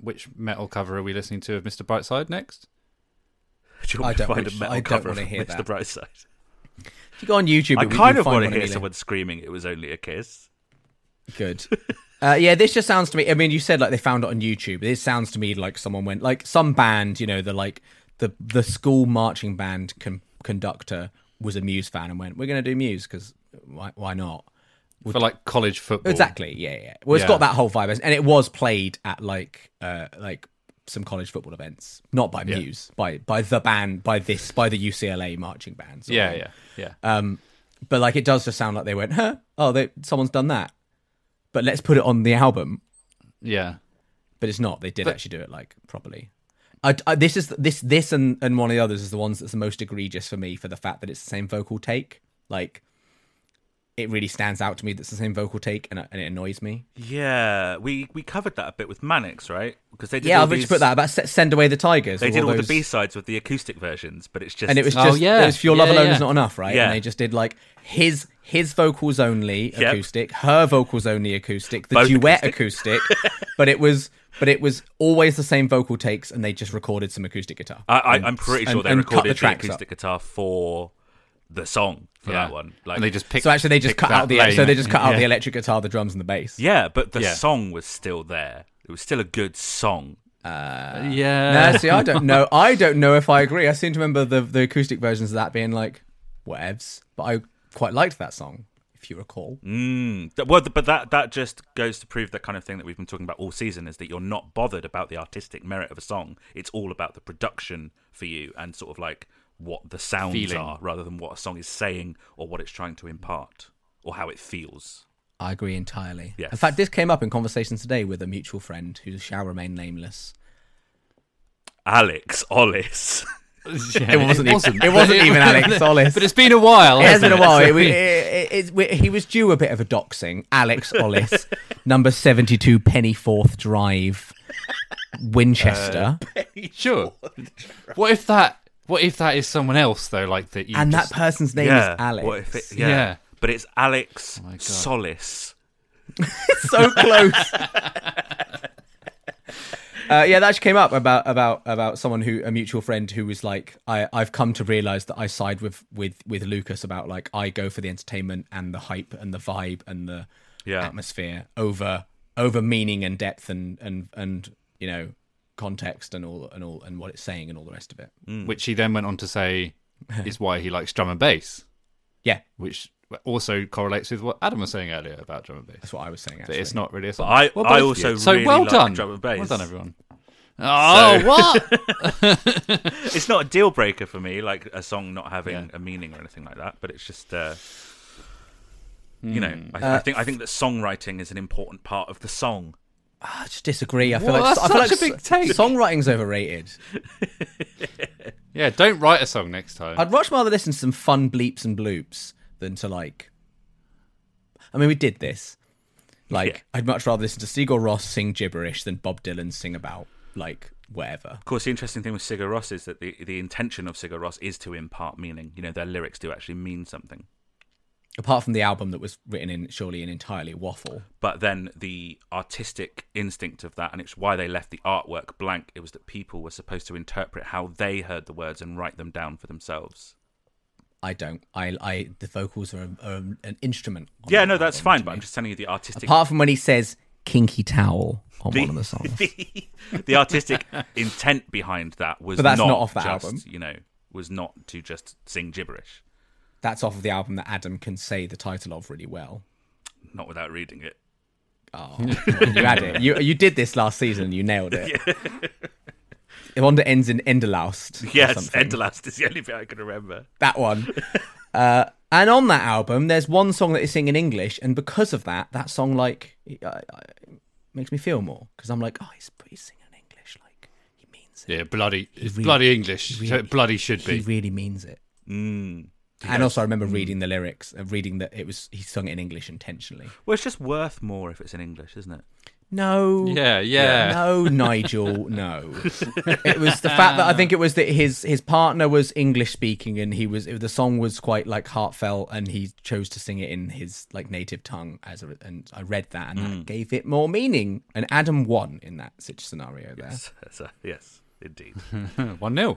which metal cover are we listening to of Mr. Brightside next? Do you want I me to don't find wanna- a metal I don't cover wanna of hear Mr. that. Brightside? If you go on YouTube, I we kind can of find want to one hear Ely. someone screaming. It was only a kiss. Good. <laughs> Uh, yeah, this just sounds to me. I mean, you said like they found it on YouTube. This sounds to me like someone went like some band. You know, the like the the school marching band con- conductor was a Muse fan and went, "We're going to do Muse because why, why not?" For like college football. Exactly. Yeah, yeah. Well, it's Yeah. got that whole vibe, and it was played at like uh like some college football events, not by Muse, by by the band, by this, by the UCLA marching band. sort of Yeah, thing. yeah, yeah. But like, it does just sound like they went, "Huh? Oh, they someone's done that." But let's put it on the album. yeah. but it's not. They did actually do it like properly. I, I- this is this this and and one of the others is the ones that's the most egregious for me for the fact that it's the same vocal take. Like, it really stands out to me that's the same vocal take, and, and it annoys me. Yeah, we we covered that a bit with Mannix, right? Because they did Yeah, all I've these- just put that about se- send away the tigers. They with did all, the those- B sides with the acoustic versions, but it's just and it was Oh, just yeah. it was for your love Yeah, alone yeah. is not enough, right? Yeah. And they just did like his his vocals only Yep. acoustic, her vocals only acoustic, the Both duet acoustic. but it was But it was always the same vocal takes, and they just recorded some acoustic guitar. I, I, I'm pretty sure and- they and cut recorded the the tracks acoustic guitar for the song for that one. Like and they just picked. so actually, they just picked cut out that the e, so lane. they just cut out Yeah. the electric guitar, the drums, and the bass. yeah, but the Yeah. song was still there. It was still a good song. Yeah. No, Uh, see, I don't <laughs> know. I don't know if I agree. I seem to remember the the acoustic versions of that being like whatevs, but I quite liked that song, if you recall. Mm. Th- Well, th- but that that just goes to prove that kind of thing that we've been talking about all season is that you're not bothered about the artistic merit of a song. It's all about the production for you and sort of like what the sounds Feeling. are rather than what a song is saying or what it's trying to impart or how it feels. I agree entirely. Yes. In fact, this came up in conversations today with a mutual friend who shall remain nameless. Alex Ollis. Yeah, it wasn't even- it wasn't <laughs> even Alex Solis. But it's been a while. It has been a hasn't while. So- <laughs> It- it- it- it- he was due a bit of a doxing. <laughs> Alex Ollis, number 72 Pennyforth <laughs> Drive, Uh, Winchester. Sure. What if that? What if that is someone else though? Like that. You and just, that person's name is Alex. What if <laughs> it, yeah. Yeah. But it's Alex my God. Solis. <laughs> so close. <laughs> Uh, yeah, that actually came up about about about someone who a mutual friend who was like, I I've come to realize that I side with with with Lucas about like I go for the entertainment and the hype and the vibe and the Yeah. atmosphere over over meaning and depth and and and you know context and all and all and what it's saying and all the rest of it. which he then went on <laughs> to say is why he likes drum and bass, Yeah, which also correlates with what Adam was saying earlier about drum and bass. that's what I was saying. But Actually, it's not really a song. I- I both of also you. so really well like done. drum and bass. Well done, everyone. <laughs> Oh, what? It's not a deal breaker for me, like a song not having a meaning or anything like that. But it's just, uh, you know, I, I think I think that songwriting is an important part of the song. I just disagree. I feel Well, like that's I feel such like a big s- take. songwriting's overrated. yeah, don't write a song next time. I'd much rather listen to some fun bleeps and bloops than to like. I mean, we did this. Like, Yeah. I'd much rather listen to Sigur Ross sing gibberish than Bob Dylan sing about like whatever. Of course, the interesting thing with Sigur Rós is that the the intention of Sigur Rós is to impart meaning. You know, their lyrics do actually mean something. Apart from the album that was written in surely an entirely waffle. but then the artistic instinct of that, and it's why they left the artwork blank. It was that people were supposed to interpret how they heard the words and write them down for themselves. I don't. I. I. The vocals are, a, are an instrument. on yeah, that no, that's album fine, to but me. I'm just telling you the artistic, apart from when he says "kinky towel" on one of the songs. <laughs> the, the artistic intent behind that was But that's not not off that just, album. You know, was not to just sing gibberish, that's off of the album that Adam can say the title of really well. not without reading it. Oh, <laughs> you had it. You you did this last season. and You nailed it. The one that ends in Enderlaust. or Yes, something. Enderlast is the only thing I can remember. That one. Uh, and on that album, there's one song that they sing in English, and because of that, that song like uh, uh, makes me feel more because I'm like, oh, he's, he's singing in English, like he means it. Yeah, bloody, it's really- bloody English. he so it bloody should He be. really means it. Mm. And also, I remember reading the lyrics, uh, reading that it was he sung it in English intentionally. Well, it's just worth more if it's in English, isn't it? No. yeah, yeah. No, Nigel, <laughs> no. it was the fact that I think it was that his his partner was English speaking and he was the song was quite like heartfelt and he chose to sing it in his like native tongue as a, and I read that and Mm. that gave it more meaning and Adam won in that such scenario there. So, yes, <laughs> indeed. One 0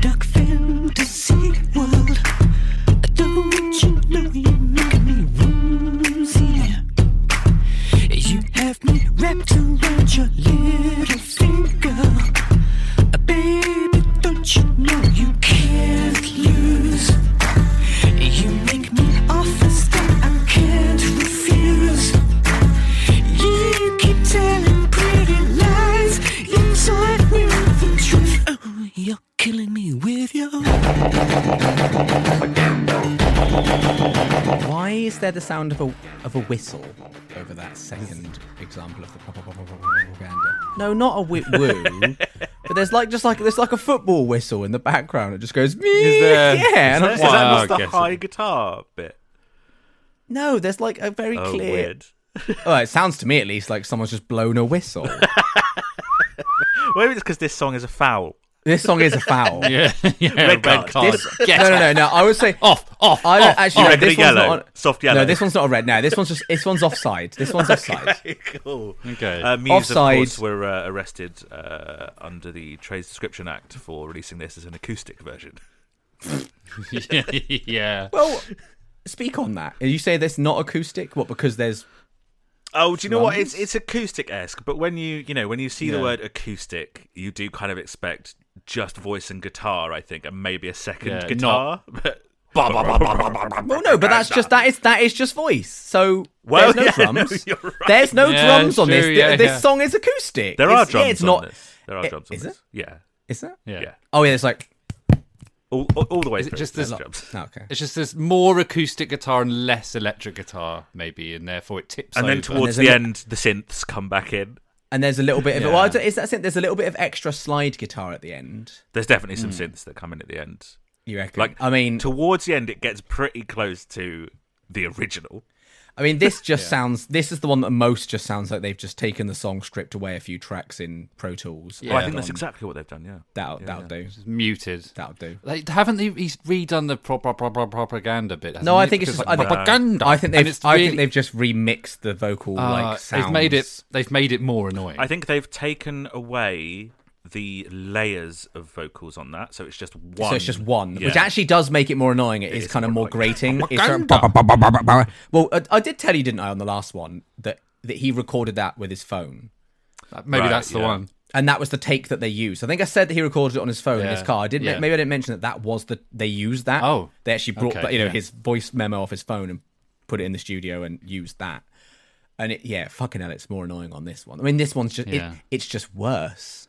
dark fantasy world. Don't you know you make me woozy? You have me wrapped around your little finger. Baby, don't you know you can't lose? You make me offers that I can't refuse. You keep telling pretty lies inside me with the truth. Oh, you're killing me with your. Why is there the sound of a of a whistle over that second example of the propaganda? No, not a whi- woo. <laughs> but there's like just like there's like a football whistle in the background. It just goes. there- yeah, and I'm Is Is Wow, that I not the guess it- high guitar bit? No, there's like a very Oh, clear. weird. Oh, it sounds to me at least like someone's just blown a whistle. Well, maybe it's because this song is a foul. this song is a <laughs> foul. <laughs> Yeah, yeah. Red card. This- <laughs> Get No, no, no, no. I would say off, off, I off. don't actually. off. Oh, no, Red or this one's yellow? not on- Soft yellow. No, this one's not a red. No, this one's just this one's offside. <laughs> This one's offside. cool. Okay. Uh, Muse, Offside. of course, were uh, arrested uh, under the Trade Description Act for releasing this as an acoustic version. <laughs> yeah. Well, speak on that. You say that's not acoustic. What? Because there's Oh, do you know what? Drums? It's it's acoustic esque, but when you you know when you see the Yeah. word acoustic, you do kind of expect just voice and guitar, I think, and maybe a second Yeah, guitar. <laughs> But <laughs> Ba, ba, ba, ba, ba, ba, ba, ba. well, no, but that's just that is that is just voice. So Well, there's no yeah, <laughs> no, drums. you're right. There's no Yeah, drums on this. true, Th- yeah, this yeah. song is acoustic. there It's- are drums yeah, it's on not, this. There are it- drums on is this. it? Yeah, Is there? Yeah. yeah. Oh yeah, it's like All, all, all the way Is it through. just there's this- drums. oh, okay. It's just there's more acoustic guitar and less electric guitar, maybe, and therefore it tips And then over. towards there's a the li- end, the synths come back in. And there's a little bit of Yeah. well, I don't, is that synth? There's a little bit of extra slide guitar at the end. There's definitely some Hmm. synths that come in at the end. You reckon? Like, I mean, towards the end, it gets pretty close to the original. I mean, this <laughs> just sounds. This is the one that most just sounds like they've just taken the song, stripped away a few tracks in Pro Tools. oh, I Yeah. think that's Gone. exactly what they've done. Yeah. That'll, that'll do. It's muted. That'll do. Like, haven't they he's redone the pro- pro- pro- pro- propaganda bit? hasn't No, I he? think it's Because, just. like, I, think, propaganda. I think And they've. it's I really- think they've just remixed the vocal uh, like sounds. They've made it. They've made it more annoying. I think they've taken away the layers of vocals on that, so it's just one. So it's just one, Yeah. which actually does make it more annoying. it is, is kind of more more annoying. grating. It's sort of bah, bah, bah, bah, bah, bah. well, I, I did tell you, didn't I, on the last one that that he recorded that with his phone. Maybe Right, that's the yeah. one. and that was the take that they used. I think I said that he recorded it on his phone in Yeah, his car. I didn't. yeah. Maybe I didn't mention that that was the they used that. Oh, they actually brought okay, that, you know yeah. his voice memo off his phone and put it in the studio and used that. And it, yeah, fucking hell, it's more annoying on this one. I mean, this one's just it- Yeah. it's just worse.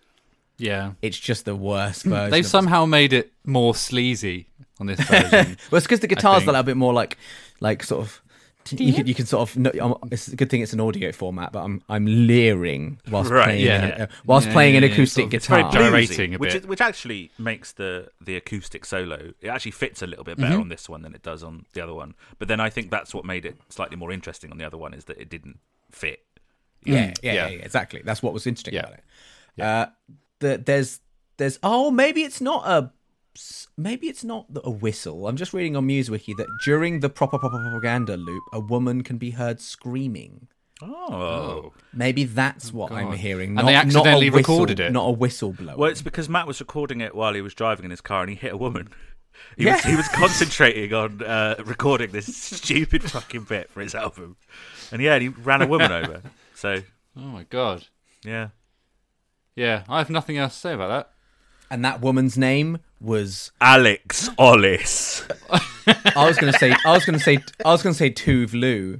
Yeah. It's just the worst version. Hmm, They've of- somehow made it more sleazy on this <laughs> version. Well, it's because the guitar's a think. little bit more like like sort of. You can, you can sort of. No, I'm, it's a good thing it's an audio format, but I'm I'm leering whilst Right, playing yeah. an- uh, whilst Yeah, playing yeah, an yeah, sort acoustic of- it's very guitar. Bluesy, direct. Gyrating a which bit. is, which actually makes the the acoustic solo. It actually fits a little bit better on this one than it does on the other one. But then I think that's what made it slightly more interesting on the other one is that it didn't fit. Yeah, yeah, Mm. Yeah. yeah, yeah, exactly. That's what was interesting Yeah. about it. Uh, the, there's, there's. Oh, maybe it's not a, s- maybe it's not the- a whistle. I'm just reading on MuseWiki that during the proper proper propaganda loop, a woman can be heard screaming. Oh. Maybe that's what I'm hearing. And Not, they not a accidentally whistle- recorded it. Not a whistleblower. Well, it's because Matt was recording it while he was driving in his car and he hit a woman. <laughs> He, Yeah. was, he was concentrating on uh, recording this stupid fucking bit for his album. And yeah, he ran a woman over. So, oh my god. yeah. Yeah, I have nothing else to say about that. and that woman's name was. Alex Ollis. I was gonna say. I was gonna say. I was gonna say Tuve Lou,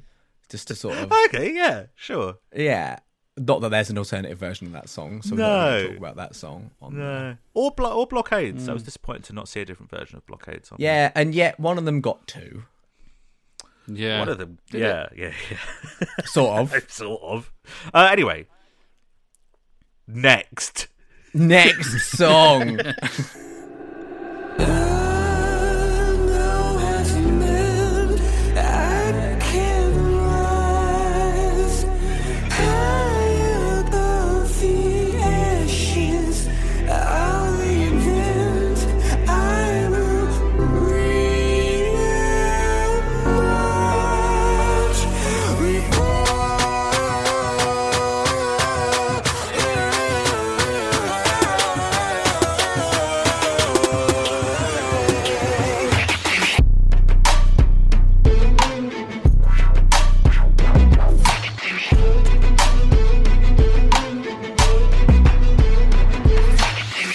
just to sort of. Okay, yeah, sure. Yeah. Not that there's an alternative version of that song, so we're not going No. to talk about that song. On there. No. Uh, Or, blo- or Blockades. I was disappointed to not see a different version of Blockades on there. Yeah, and yet one of them got two, Yeah. One of them. Yeah, yeah, yeah. sort of. <laughs> Sort of. Uh, anyway. Next. Next <laughs> song.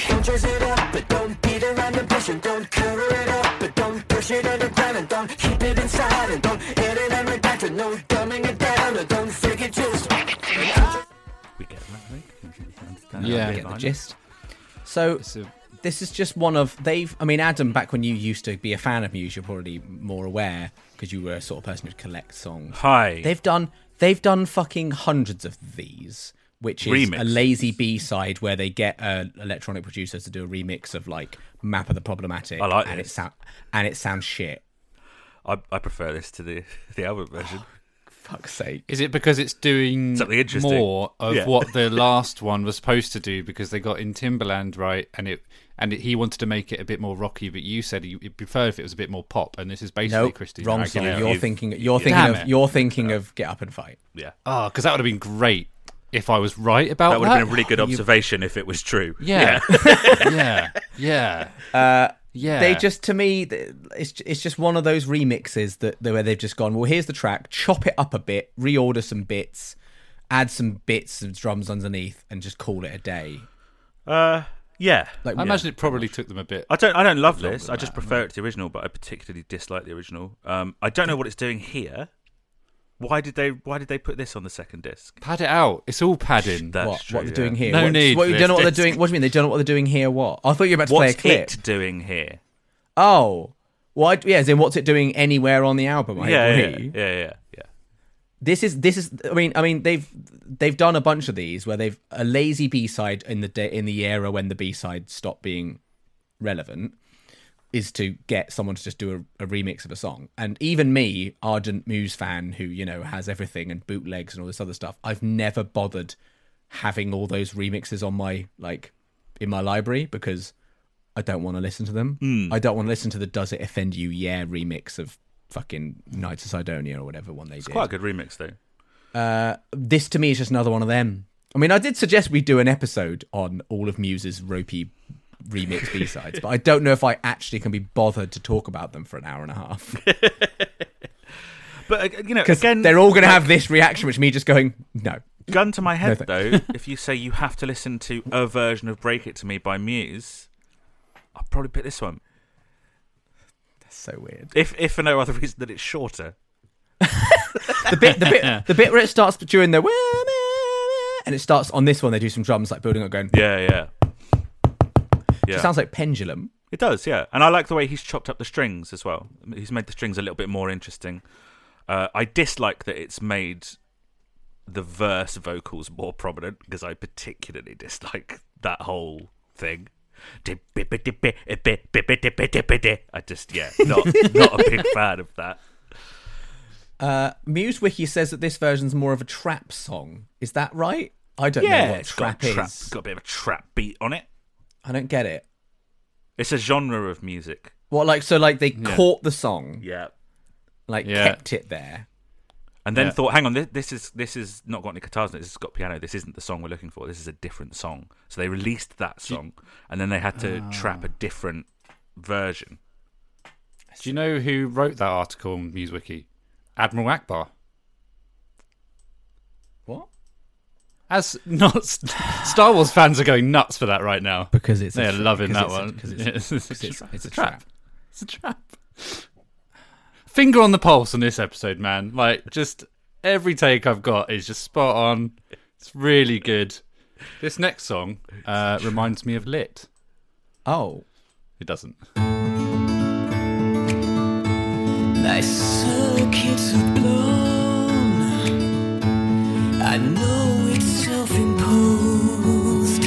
Don't dress it up, but don't beat around the bush and don't cover it up, but don't push it underground and don't keep it inside and don't edit it and redact it, no dumbing it down and don't fake it just. We get that, I think. Understand Yeah. that Get bit the line. gist. So It's a- this is just one of they've. I mean, Adam, back when you used to be a fan of Muse, you're probably more aware because you were a sort of person who'd collect songs. Hi. They've done they've done fucking hundreds of these, which is a Remixes. lazy B side where they get an electronic producer to do a remix of like Map of the Problematic. I like and this. it sound and it sounds shit. I, I prefer this to the <laughs> the album <sighs> version. Fuck's sake. Is it because it's doing Something interesting. more of Yeah. <laughs> what the last one was supposed to do because they got in Timberland right and it and it, he wanted to make it a bit more rocky, but you said he he'd prefer if it was a bit more pop, and this is basically Nope, Christina wrong song. Aguilera. you- You're thinking. You're Damn thinking it. of. You're thinking of get up and fight. Yeah, Ah, because that would have been great if I was right about that that. would have been a really good observation if it was true. yeah, <laughs> yeah, <laughs> yeah, uh, yeah. They just to me, th- it's it's just one of those remixes that where they've just gone. Well, here's the track. Chop it up a bit. Reorder some bits. Add some bits of drums underneath, and just call it a day. uh, yeah. Like I imagine it probably took them a bit. I don't. I don't love this. I just prefer it to the original, but I particularly dislike the original. Um, I don't know what it's doing here. Why did they? Why did they put this on the second disc? Pad it out. It's all padding. That's what, true, what they're yeah. doing here. No what, need What, for you don't know this what they're disc. doing. What do you mean they don't know what they're doing here? What? I thought you were about to What's play a clip. it doing here? Oh, well, I, yeah. As in, what's it doing anywhere on the album? I Yeah, yeah, agree. yeah, yeah, yeah. This is this is. I mean, I mean, they've they've done a bunch of these where they've a lazy B side in the day in the era when the B side stopped being relevant is to get someone to just do a, a remix of a song. And even me, ardent Muse fan who you know has everything and bootlegs and all this other stuff, I've never bothered having all those remixes on my like in my library because I don't want to listen to them. Hmm. I don't want to listen to the "Does It Offend You?" Yeah remix of fucking Night to Sidonia or whatever one they did Quite a good remix though. this to me is just another one of them. I mean, I did suggest we do an episode on all of Muse's ropey remix B sides, but I don't know if I actually can be bothered to talk about them for an hour and <laughs> a half But uh, you know, because again, they're all going to have this reaction, which me just going no. gun to my head No, though. if you say you have to listen to a version of "Break It to Me" by Muse, I'll probably pick this one. That's so weird. If if for no other <laughs> reason than it's shorter. The bit, the bit, the bit where it starts during the and it starts on this one. They do some drums like building up, going. Yeah, yeah, yeah. It sounds like pendulum. It does, yeah. And I like the way he's chopped up the strings as well. He's made the strings a little bit more interesting. Uh, I dislike that it's made the verse vocals more prominent because I particularly dislike that whole thing. I just, yeah, <laughs> not, not a big fan of that. Muse Wiki says that this version's more of a trap song. Is that right? I don't know Yeah, what it's got trap a, is. trap, got a bit of a trap beat on it. I don't get it. It's a genre of music. What like so like they caught the song Yeah. like Yeah. kept it there. And then Yeah. thought, hang on, this, this is this is not got any guitars in it. This has got piano. This isn't the song we're looking for. This is a different song. So they released that song, and then they had to trap a different version. Do you know who wrote that article on MuseWiki? Admiral Akbar. What? As not Star Wars fans are going nuts for that right now. Because it's a They're trap, loving that because it's a- because it's one. <laughs> it's, because it's- it's a trap. It's a trap. Finger on the pulse on this episode, man. Like just every take I've got is just spot on. It's really good. This next song uh, reminds me of Lit. <laughs> Oh. It doesn't. My circuits are blown. I know it's self imposed.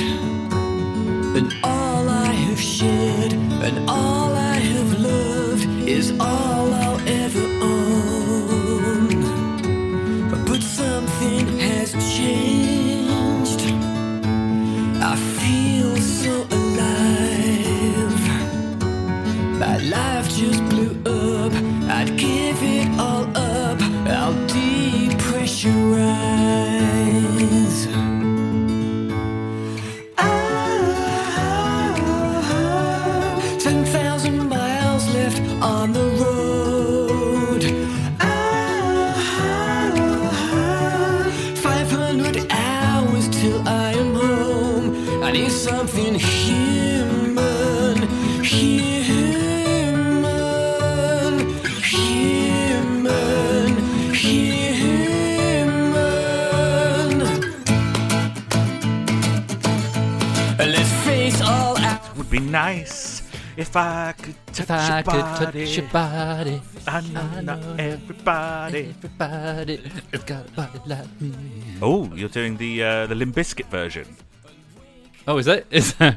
And all I have shared and all I have loved is all I'll ever own. But something has changed. I feel so alive. My life just blew up. I'd give it all up. I'll depressurize. Ah, 10,000 ah. miles left on the road. Ah, 500 hours till I am home. I need something human, human, human, human. Let's face all our Would be nice if I could touch, your, body. body, I know, not everybody. everybody has got a body like me. Oh, you're doing the uh, the Limp Bizkit version. Oh, is Oh, it? <laughs> Is yeah.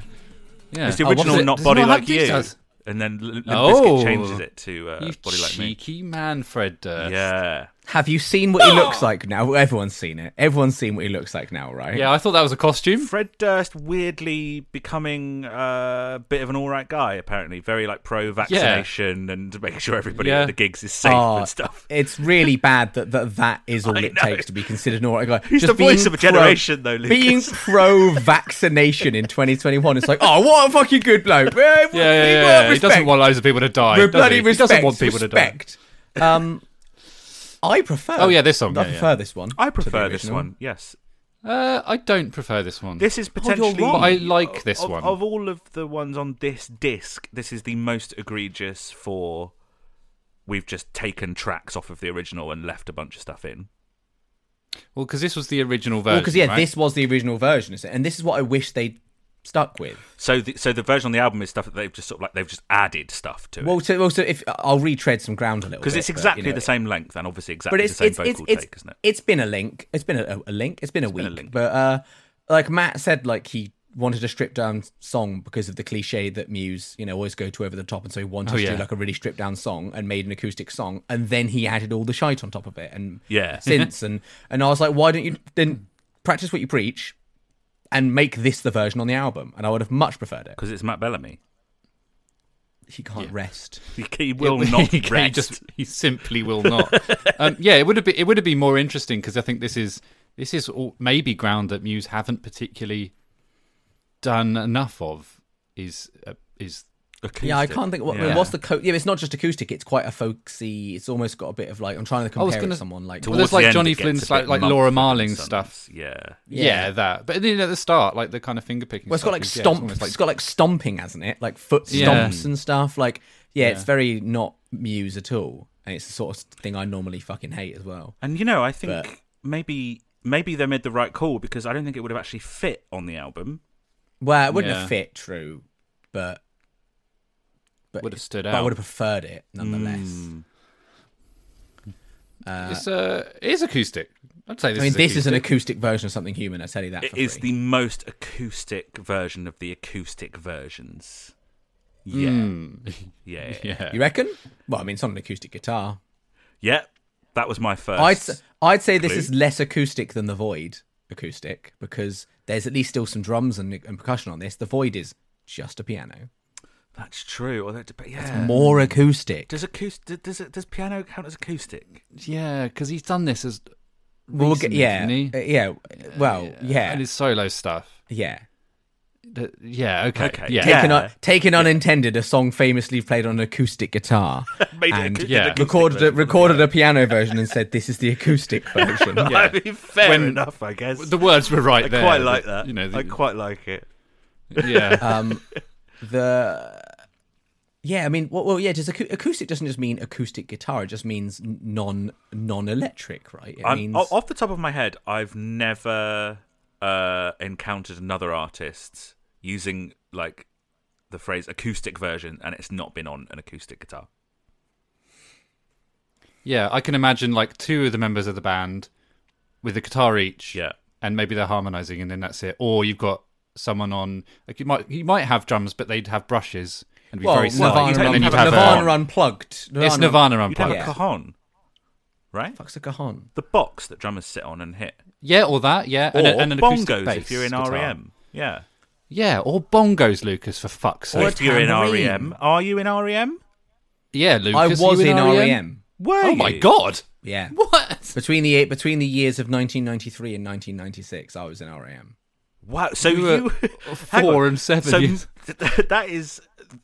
It's the original Not Body Like You. and then L- Limp Oh. Bizkit changes it to uh, you Body Like Me. cheeky uh, man, Fred Durst. Yeah, Have you seen Ah! what he looks like now? Everyone's seen it. Everyone's seen what he looks like now, right? Yeah, I thought that was a costume. Fred Durst weirdly becoming uh, a bit of an all right guy. Apparently, very like pro vaccination and making sure everybody Yeah. at the gigs is safe Oh, and stuff. It's <laughs> really bad that that, that is all I it know. takes to be considered an alright guy. He's the voice of a generation, though, Lucas. Being pro-vaccination in 2021, it's like, oh, what a fucking good bloke. Yeah, <laughs> Yeah, yeah, yeah. yeah. He doesn't want loads of people to die. Re- does bloody he? He respect, doesn't want people to die. respect. Um, I prefer. <laughs> Oh, yeah, this song, I yeah, prefer yeah. this one. I to the prefer this original. Oh, one. Yes, Uh, I don't prefer this one. this is potentially. wrong. But I like this of, one. Of all of the ones on this disc, this is the most egregious for. We've just taken tracks off of the original and left a bunch of stuff in. well, because this was the original version. Well, because yeah, right? this was the original version, isn't it? and this is what I wish they would stuck with. So the so the version on the album is stuff that they've just sort of like they've just added stuff to Well, it so, well, so if I'll retread some ground a little because bit, it's but, you exactly know, the same length and obviously exactly But it's the it's same it's vocal it's, take, isn't it? it's been a link. It's been a, a link. It's been a week. been a link. But uh, like Matt said, like he wanted a stripped down song because of the cliche that Muse, you know, always go to over the top, and so he wanted Oh, to yeah. do like a really stripped down song and made an acoustic song, and then he added all the shite on top of it and Yeah. <laughs> synths and and I was like, why don't you then practice what you preach? And make this the version on the album, and I would have much preferred it. Because it's Matt Bellamy. He can't rest. He, <laughs> he will not <laughs> he, rest. just he simply will not. um, yeah, it would have been it would have been more interesting because I think this is this is all, maybe ground that Muse haven't particularly done enough of. Is uh, is Yeah, I can't think. What, Yeah. What's the co- Yeah, it's not just acoustic. It's quite a folksy. It's almost got a bit of like. I'm trying to I compare was it gonna to someone like. Well, Towards there's the like end, Johnny it gets Flynn's, a bit like- like mumph Laura and Marling sons. stuff. Yeah. Yeah. yeah. that but then at the start like the kind of finger picking. Well, it's got stuff like is, yeah, it's stomp. almost it's got like stomping, hasn't it? Like foot Yeah. stomps and stuff. Like yeah, it's Yeah. very not Muse at all, and it's the sort of thing I normally fucking hate as well. And you know, I think But- maybe maybe they made the right call because I don't think it would have actually fit on the album. Well, it wouldn't Yeah. have fit true, but but Would have stood but I out. Hmm. would have preferred it nonetheless. it's uh, it is acoustic. I'd say this. I mean, is this is an acoustic. acoustic version of something human. I tell you that. It for is free. the most acoustic version of the acoustic versions. Yeah. Hmm. <laughs> <laughs> Yeah. Yeah. Yeah. You reckon? Well, I mean, it's on an acoustic guitar. Yep. That was my 1st I'd, s- I'd say this clue. is less acoustic than the Void acoustic because there's at least still some drums and, and percussion on this. The Void is just a piano. That's true. Although, it dep- yeah. More acoustic. Does acoustic does does piano count as acoustic? Yeah, because he's done this as We'll get- recently, yeah, hasn't uh, he? yeah. Well, yeah, and his solo stuff. yeah. That- Yeah, okay, Okay. yeah, Yeah. Taken, un- taken unintended, a song famously played on an acoustic guitar, <laughs> Made And- acoustic- yeah. acoustic recorded a, version. recorded a piano version, and said, "This is <laughs> the acoustic <laughs> version." I mean, fair When- enough, I guess. the words were right I there. quite like but, that. You know, the, I quite Um, like it. <laughs> <laughs> yeah. the yeah i mean well, well yeah just acou- acoustic doesn't just mean acoustic guitar it just means n- non non-electric right it I'm- means o- off the top of my head, I've never uh, encountered another artist using like the phrase acoustic version, and it's not been on an acoustic guitar. yeah, I can imagine like two of the members of the band with a guitar each, Yeah. and maybe they're harmonizing, and then that's it. Or you've got someone on like you might you might have drums, but they'd have brushes and be well, very Nirvana, slight. Well, you don't and then have you'd a- have Nirvana a- unplugged a, it's Nirvana You'd have unplugged. a cajon, right? fuck's a cajon The box that drummers sit on and hit, Yeah, or that. Yeah, or and, a- and an acoustic bongos bass if you're in guitar. REM. Yeah, Yeah, or bongos, Lucas. For fuck's or sake. if you're in tambourine. REM, are you in E REM? yeah, i Lucas. was you in rem, Were Oh you? my god. yeah What? between the between the years of 1993 and 1996 i was in E rem Wow. So We were you <laughs> hang four on. and seven So years- <laughs> th- that is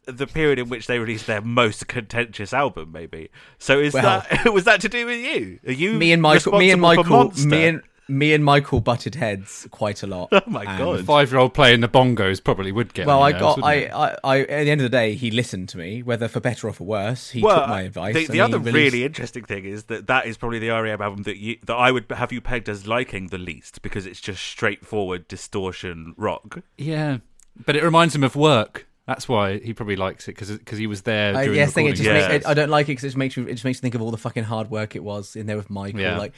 the period in which they released their most contentious album, maybe. So is Well- that <laughs> was that to do with you? Are you me and michael me and responsible for michael Monster? me and me and michael butted heads quite a lot <laughs> Oh my And god! Five year old playing the bongos probably would get. Well, on I your got, nerves, I, wouldn't it? I, I, at the end of the day, he listened to me, whether for better or for worse. He well, took my advice. the, and the he other released- really interesting thing is that that is probably the REM album that you that I would have you pegged as liking the least because it's just straightforward distortion rock. Yeah, but it reminds him of work. That's why he probably likes it because he was there. I, during yes, think it recording. just Yeah. makes, it, I don't like it because it just makes me, it just makes me think of all the fucking hard work it was in there with Michael. Yeah. Like,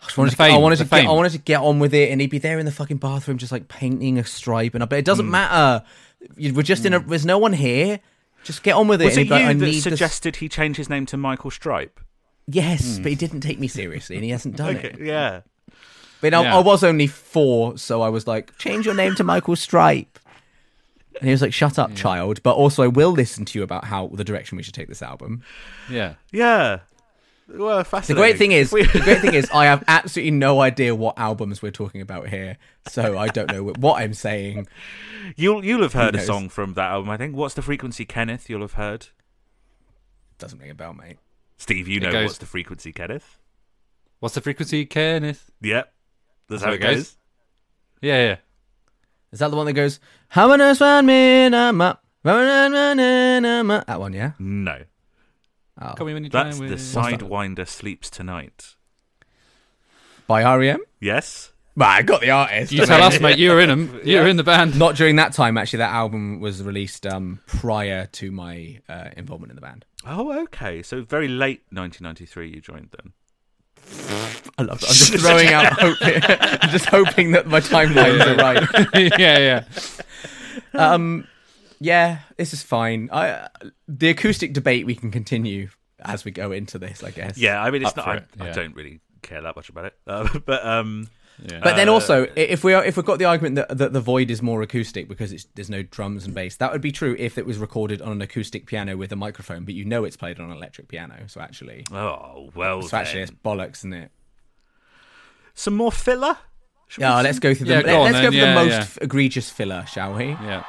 I just wanted The to, I fame, wanted the to get, I fame. wanted to get on with it, and he'd be there in the fucking Mm. bathroom, just like painting a stripe, and I, but it doesn't matter. You- We're just in a, there's no one here. Just get on with Mm. it. Was And it he'd be like, you I that need this- suggested he change his name to Michael Stripe? Yes, but he didn't take me seriously, and he hasn't done it. yeah. But I, Yeah. I was only four, so I was like, change your name to Michael Stripe. And he was like, shut up, child. But also, I will listen to you about how the direction we should take this album. Yeah. Yeah. Well, The fascinating. great thing is, We- the great thing <laughs> is, I have absolutely no idea what albums we're talking about here, so I don't know wh- what I'm saying. you'll you'll have heard a knows? song from that album. I think. What's the frequency, Kenneth? You'll have heard. Doesn't ring a bell, mate. Steve, you It know goes- what's the frequency, Kenneth? What's the frequency, Kenneth? Yep. That's, how how it it goes. goes. Yeah, yeah. Is that the one that goes, "How many man minima, minima"? That one, yeah. No, Call me when you're that's done the with- Sidewinder sleeps tonight. By REM. Yes. Bah, I got the artist. You <laughs> tell us, mate. You were in them. You were in the band. Not during that time, actually. That album was released um, prior to my uh, involvement in the band. Oh, okay. So very late 1993, you joined them. I love that. I'm just throwing <laughs> out hope here. I'm just hoping that my timelines are right. yeah, <laughs> yeah. um, yeah, this is fine. I, the acoustic debate we can continue as we go into this, I guess. Yeah, I mean, it's Up not. for I, it, I yeah. don't really care that much about it. Uh, <laughs> but um, yeah. But then Uh, also, i- if we are, if we've got the argument that, that the void is more acoustic because it's, there's no drums and bass, that would be true if it was recorded on an acoustic piano with a microphone. But you know it's played on an electric piano, so actually, oh well. so actually, it's then. bollocks, isn't it? some more filler. Should Yeah, we- let's go through the Yeah, go on let's go then. for the Yeah, most yeah. f- egregious filler, shall we? yeah.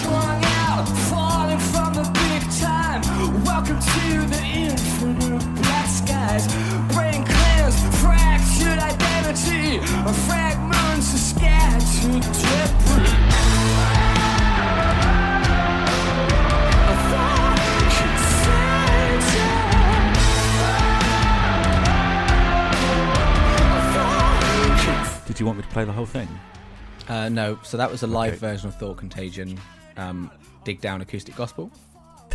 Strung out, falling from the big time. Welcome to the infinite black skies. Brain cleanse, fractured identity. Fragments of scattered debris. A thought can center. A thought can Did you want me to play the whole thing? Uh, no, so that was a live version of Thought Contagion, um, Dig Down Acoustic Gospel.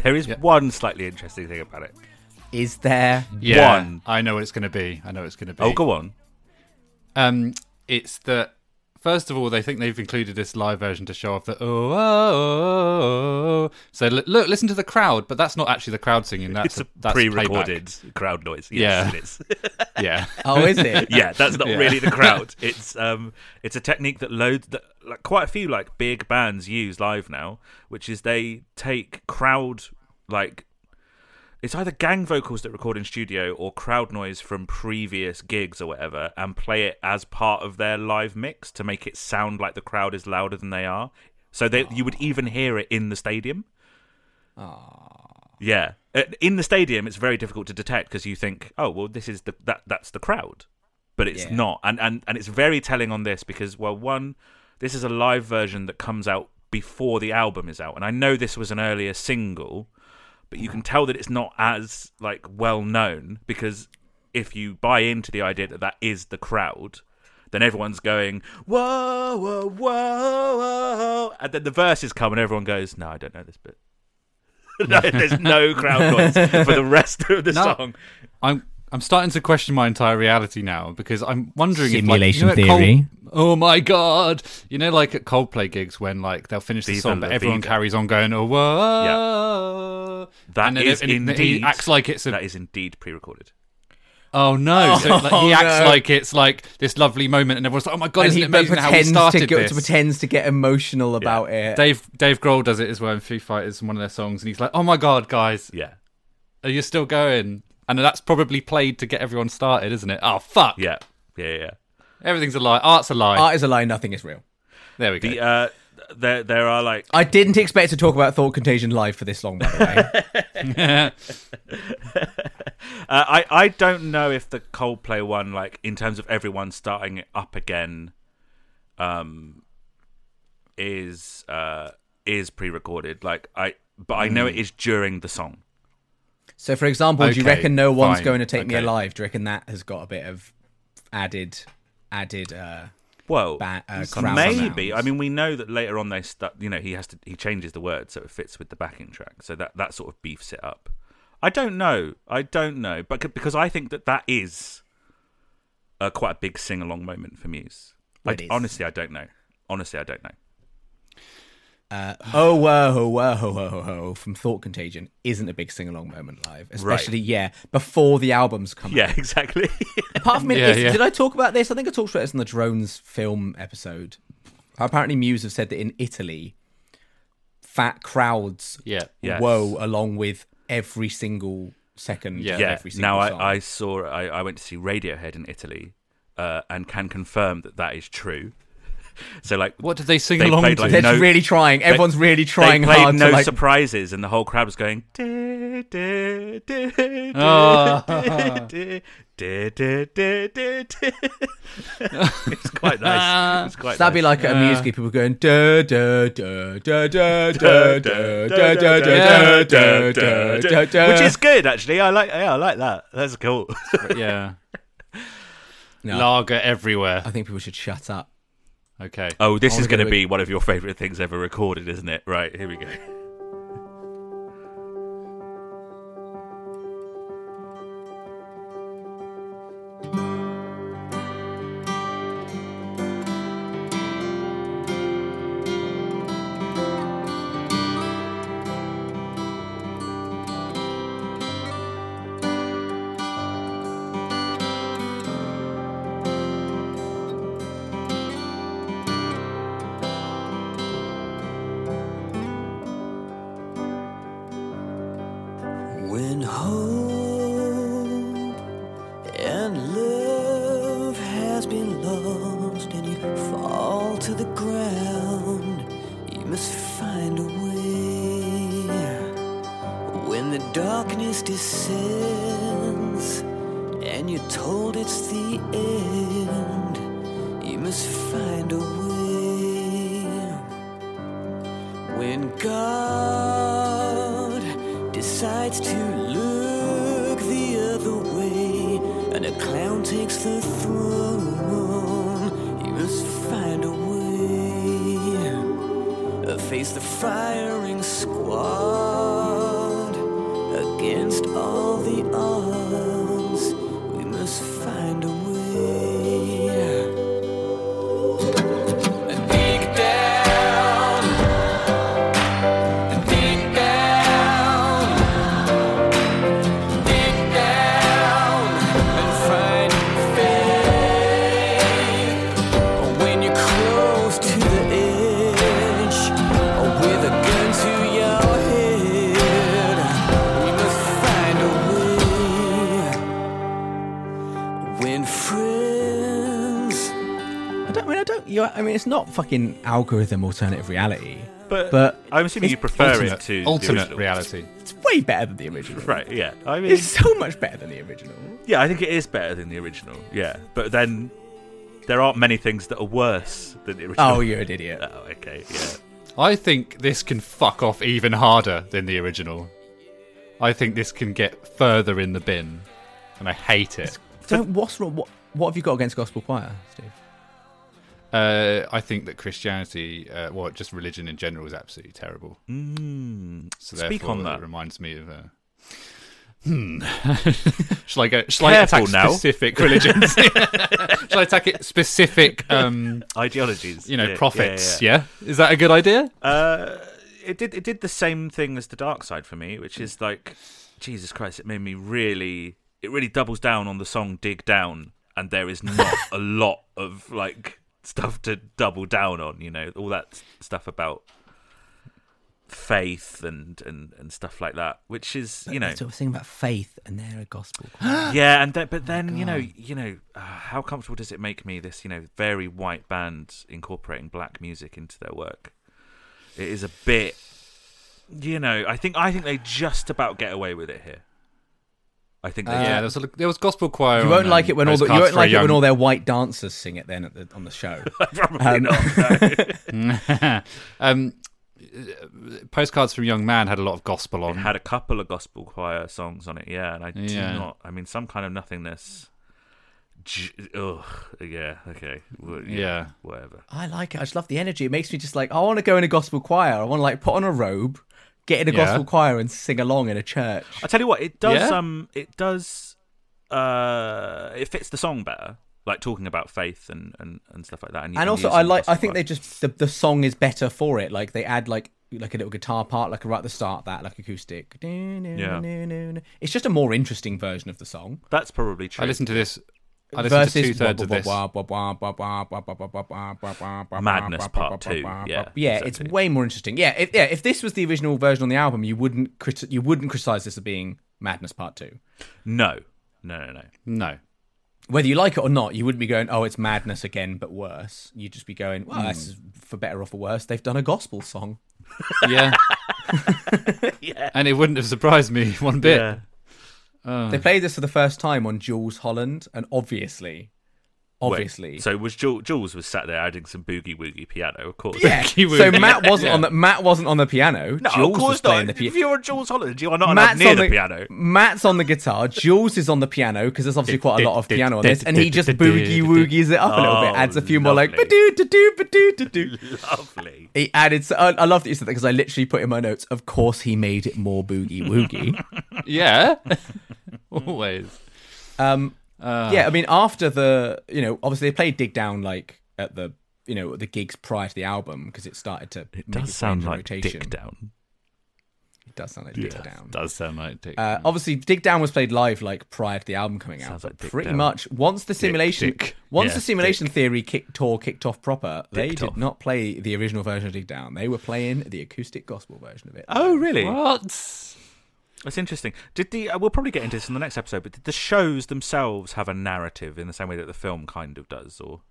There is one slightly interesting thing about it. Is there? Yeah. One. I know what it's going to be. I know what it's going to be. Oh, go on. Um, it's that first of all, they think they've included this live version to show off the oh, oh, oh, oh, oh. So l- look, listen to the crowd, but that's not actually the crowd singing. That's It's a that's pre-recorded crowd noise. Yes, Yeah. it is. playback. <laughs> Yeah, Oh, is <laughs> it? <laughs> yeah, that's not Yeah. really the crowd. It's um, it's a technique that loads that like quite a few like big bands use live now, which is they take crowd like it's either gang vocals that record in studio or crowd noise from previous gigs or whatever and play it as part of their live mix to make it sound like the crowd is louder than they are. So they you would even hear it in the stadium. Yeah. Uh, In the stadium, it's very difficult to detect because you think, oh, well, this is the that that's the crowd, but it's Yeah. not, and and and it's very telling on this because well, one, this is a live version that comes out before the album is out, and I know this was an earlier single, but you can tell that it's not as like well known because if you buy into the idea that that is the crowd. Then everyone's going whoa whoa whoa, whoa. and then the verses come and everyone goes no I don't know this bit <laughs> no, there's no crowd noise for the rest of the No. song. I'm I'm starting to question my entire reality now because I'm wondering Simulation if like, you know, at theory. Col- oh my god! You know, like at Coldplay gigs when like they'll finish the Viva song, but la everyone vida. carries on going oh whoa. That and then is it- and it- indeed he acts like it's a that is indeed pre-recorded. Oh no! so like, Oh, he acts no. like it's like this lovely moment, and everyone's like, "Oh my god, and isn't he it amazing how we pretends started to, get, this?" to pretends to get emotional about it. Dave Dave Grohl does it as well in Foo Fighters in one of their songs, and he's like, "Oh my god, guys, Yeah, are you still going?" And that's probably played to get everyone started, isn't it? Oh fuck! yeah, yeah, yeah. Everything's a lie. Art's a lie. Art is a lie, nothing is real. There we go. The uh, there there are like I didn't expect to talk about Thought Contagion live for this long, by the way. <laughs> Uh, I I don't know if the Coldplay one, like in terms of everyone starting it up again, um, is uh is pre-recorded. Like I, but I know it is during the song. So, for example, do you Okay, reckon no one's fine, going to take me okay. alive? Do you reckon that has got a bit of added, added? uh Well, Ba- uh, s- crowd maybe. sounds. I mean, we know that later on they start. You know, he has to he changes the word so it fits with the backing track. So that that sort of beefs it up. I don't know. I don't know, but c- because I think that that is uh, quite a big sing along moment for Muse. I, It is. honestly, I don't know. Honestly, I don't know. <laughs> uh, Oh whoa, whoa, whoa, whoa, whoa, whoa from Thought Contagion isn't a big sing along moment live, especially yeah before the albums come. out. Yeah, exactly. Apart from it, Yeah, it's- yeah. did I talk about this? I think I talked about this in the drones film episode. Apparently, Muse have said that in Italy, fat crowds yeah. Yes. whoa along with every single second. Yeah. of yeah. every single Now song. I, I saw I, I went to see Radiohead in Italy, uh, and can confirm that that is true. <laughs> So like <laughs> What did they sing They along played, to? like, They're no- really trying. Everyone's really trying they played hard no to like. surprises, and the whole crowd was going. "Duh, duh, duh, duh, Oh. Ah. duh, duh, duh, duh, duh, duh, duh." <laughs> It's quite nice. It's quite. That'd be nice. like at a music people going da da da da da da da da da da da da da da da Which is good, actually. I like. Yeah, I like that. That's cool. yeah. No. Lager everywhere. I think people should shut up. Okay. Oh, this wanna is going go to be one of your favourite things ever recorded, isn't it? Right, here we go. When hope and love has been lost and you fall to the ground, you must find a way. When the darkness descends and you're told it's the end, you must find a way. When God decides to look the other way and a clown takes the throne, you must find a way. Face the firing squad against all the odds. We must find a way. Dig down. Dig down, dig down, and find faith. When you're close to the edge, with a gun to your head, you must find a way. When friends I don't I mean I don't. You, I mean it's not fucking algorithm alternative reality. But, But I'm assuming it's you prefer alternate, it to the alternate original. reality. It's way better than the original. Right, yeah. I mean, It's so much better than the original. yeah, I think it is better than the original. Yeah, but then there aren't many things that are worse than the original. Oh, you're an idiot. <laughs> Oh, okay, yeah. I think this can fuck off even harder than the original. I think this can get further in the bin, and I hate it. Don't. What's wrong? What, what have you got against gospel choir, Steve? Uh, I think that Christianity, uh, well, just religion in general, is absolutely terrible. Mm. So Speak therefore, on that. It reminds me of. Uh, hmm. <laughs> shall I go? Shall I Careful attack now. <laughs> specific religions? <laughs> shall I attack it specific? Um, Ideologies, you know, yeah, yeah, prophets. Yeah, is that a good idea? Uh, it did it did the same thing as the dark side for me, which is like Jesus Christ, it made me really it really doubles down on the song Dig Down and there is <laughs> not a lot of like stuff to double down on, you know, all that s- stuff about faith and, and, and stuff like that, which is you know That's what we're saying about faith, and they're a gospel. yeah, and that, Oh but then you know you know uh, how comfortable does it make me this you know very white band incorporating black music into their work? It is a bit you know I think I think they just about get away with it here. I think they yeah, there do. was, a, there was gospel choir. you on, Oh, won't like um, it when all the, you Postcards won't for a like it Young- when all their white dancers sing it then at the, on the show. <laughs> probably not. no. <laughs> um, postcards from young man had a lot of gospel on. It had a couple of gospel choir songs on it, yeah, and I do Yeah. not. I mean, some kind of nothingness. J- ugh, yeah, okay, well, yeah, Yeah. whatever. I like it. I just love the energy. It makes me just like I want to go in a gospel choir. I want to like put on a robe, get in a Yeah. gospel choir, and sing along in a church. I tell you what, it does. Yeah? Um, it does. Uh, it fits the song better, like talking about faith and and, and stuff like that. And, and also I like I think they just the, the song is better for it. Like they add like like a little guitar part, like right at the start, that like acoustic. It's just a more interesting version of the song. that's probably true. I listened to this. I listened to two thirds of this. Madness Madness Part <laughs> Two, yeah, Yeah, exactly. it's way more interesting. Yeah, if, yeah. If this was the original version on the album, you wouldn't crit- you wouldn't criticize this as being Madness Part Two. no, no, no, no. No, Whether you like it or not, you wouldn't be going, "Oh, it's madness again, but worse." You'd just be going, "Well, this Hmm. is for better or for worse." They've done a gospel song. <laughs> yeah, yeah, and it wouldn't have surprised me <laughs> one bit. Yeah, Oh. They played this for the first time on Jules Holland, and obviously, Wait, obviously, So was Jules, Jules was sat there adding some boogie woogie piano, of course. <laughs> yeah. He would- So Matt wasn't Yeah. on the Matt wasn't on the piano. No, Jules of course was playing not. the if piano. you're a Jules Holland, you are not allowed near the, piano. <laughs> Matt's on the guitar. Jules is on the piano because there's obviously quite a lot of piano on this, and he just boogie woogies it up a little bit, Oh, adds a few more like lovely. ba-doo, da-doo, ba-doo, da-doo. Lovely. He added. So, I, I love that you said that because I literally put in my notes. Of course, he made it more boogie woogie. <laughs> Yeah, Mm. always. Um, Uh. yeah, I mean, after the, you know, obviously they played Dig Down like at the, you know, the gigs prior to the album because it started to. It make does its way sound into like rotation. Dick Down. It does sound like Dig Down. Does sound like dick. Uh, obviously, Dig Down was played live like prior to the album coming out. Sounds like but Dig pretty Down. much once the simulation, Dick. once Yeah, the simulation theory kick, tour kicked off proper, they Dicked did off. not play the original version of Dig Down. They were playing the acoustic gospel version of it. Oh, really? what? That's interesting. Did the uh, we'll probably get into this in the next episode, but did the shows themselves have a narrative in the same way that the film kind of does, or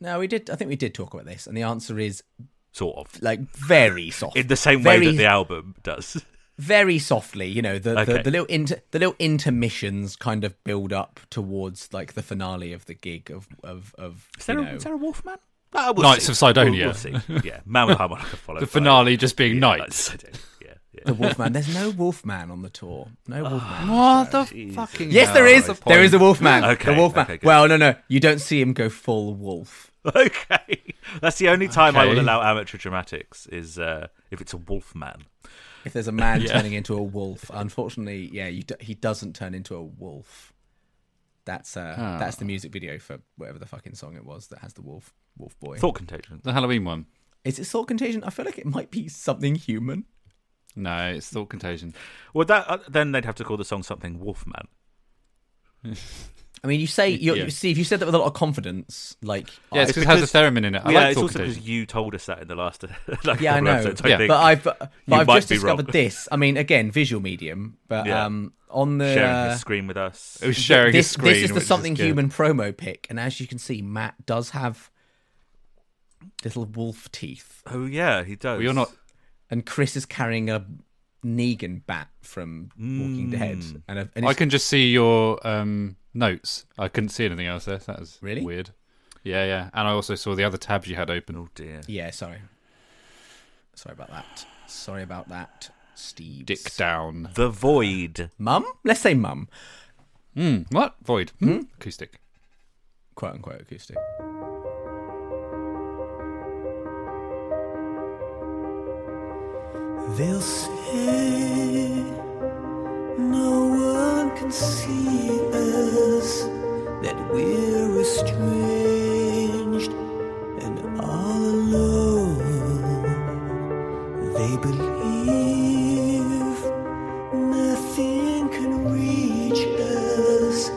No, we did. I think we did talk about this, and the answer is sort of like very soft. in the same way Very that the album <laughs> does? very softly you know the, Okay. the, the little inter, the little intermissions kind of build up towards like the finale of the gig of of of Is you there, a, know. is there a Wolfman? Uh, we'll Knights see. of Sidonia. We'll, we'll see. Yeah, Man with <laughs> Harmonica followed. The by finale just being Knights nights. of Sidonia. Yeah, yeah. the wolfman there's no wolfman on the tour <sighs> no wolfman What the fucking? yes there is hell? there is a wolfman Okay, the wolfman okay, good. well no no you don't see him go full wolf <laughs> Okay, that's the only time I will Okay. allow amateur dramatics is uh, if it's a Wolfman. if there's a man turning into a wolf unfortunately yeah you do, he doesn't turn into a wolf that's uh that's the music video for whatever the fucking song it was that has the wolf wolf boy Thought contagion. <laughs> the Halloween one. is it salt contagion i feel like it might be something human No, it's thought contagion. Oh, Well, that uh, then they'd have to call the song something Wolfman. I mean, you say you Yeah. you Steve. You said that with a lot of confidence. Like, Yeah, I- it's because it has the theremin in it. I yeah, like it's thought also contagion. because you told us that in the last <laughs> like yeah, couple I of know. episodes, Yeah. think. but I've but I've might just be wrong. discovered this. I mean, again, visual medium, but Yeah. um, on the sharing uh, his screen with us. It was sharing a this screen. this is the which something good. human promo pick, and as you can see, Matt does have little wolf teeth, Oh yeah, he does. Well, you're not. and Chris is carrying a Negan bat from Walking Dead, and, a, and Mm. I it's- can just see your um, notes. I couldn't see anything else there. That was Really? weird. Yeah, yeah. And I also saw the other tabs you had open. Oh dear. yeah, sorry, sorry about that. Sorry about that, Steve. Dick down. The void. Mum, let's say mum. What? Void. Hmm? Acoustic. quote unquote acoustic. They'll say no one can see us, that we're estranged and all alone. They believe nothing can reach us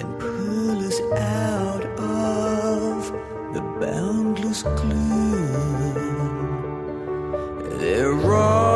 and pull us out of the boundless gloom. They're wrong.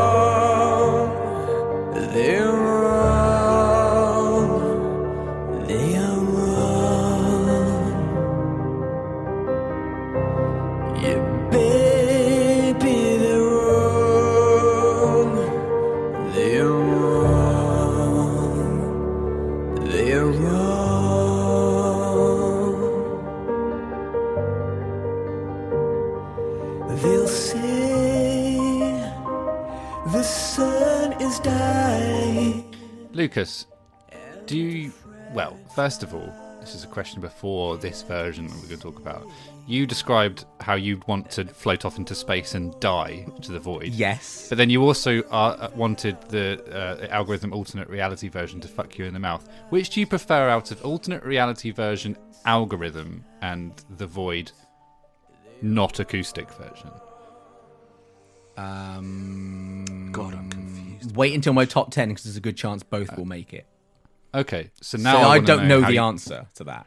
The sun is dying. Lucas, do you. Well, first of all, this is a question before this version that we're going to talk about. You described how you want to float off into space and die to the void. Yes. But then you also uh, wanted the uh, algorithm alternate reality version to fuck you in the mouth. Which do you prefer out of alternate reality version algorithm and the void not acoustic version? Um, God, I'm confused. wait until my top ten because there's a good chance both will make it. Okay, so So now I, wanna don't know, how the you- answer to that.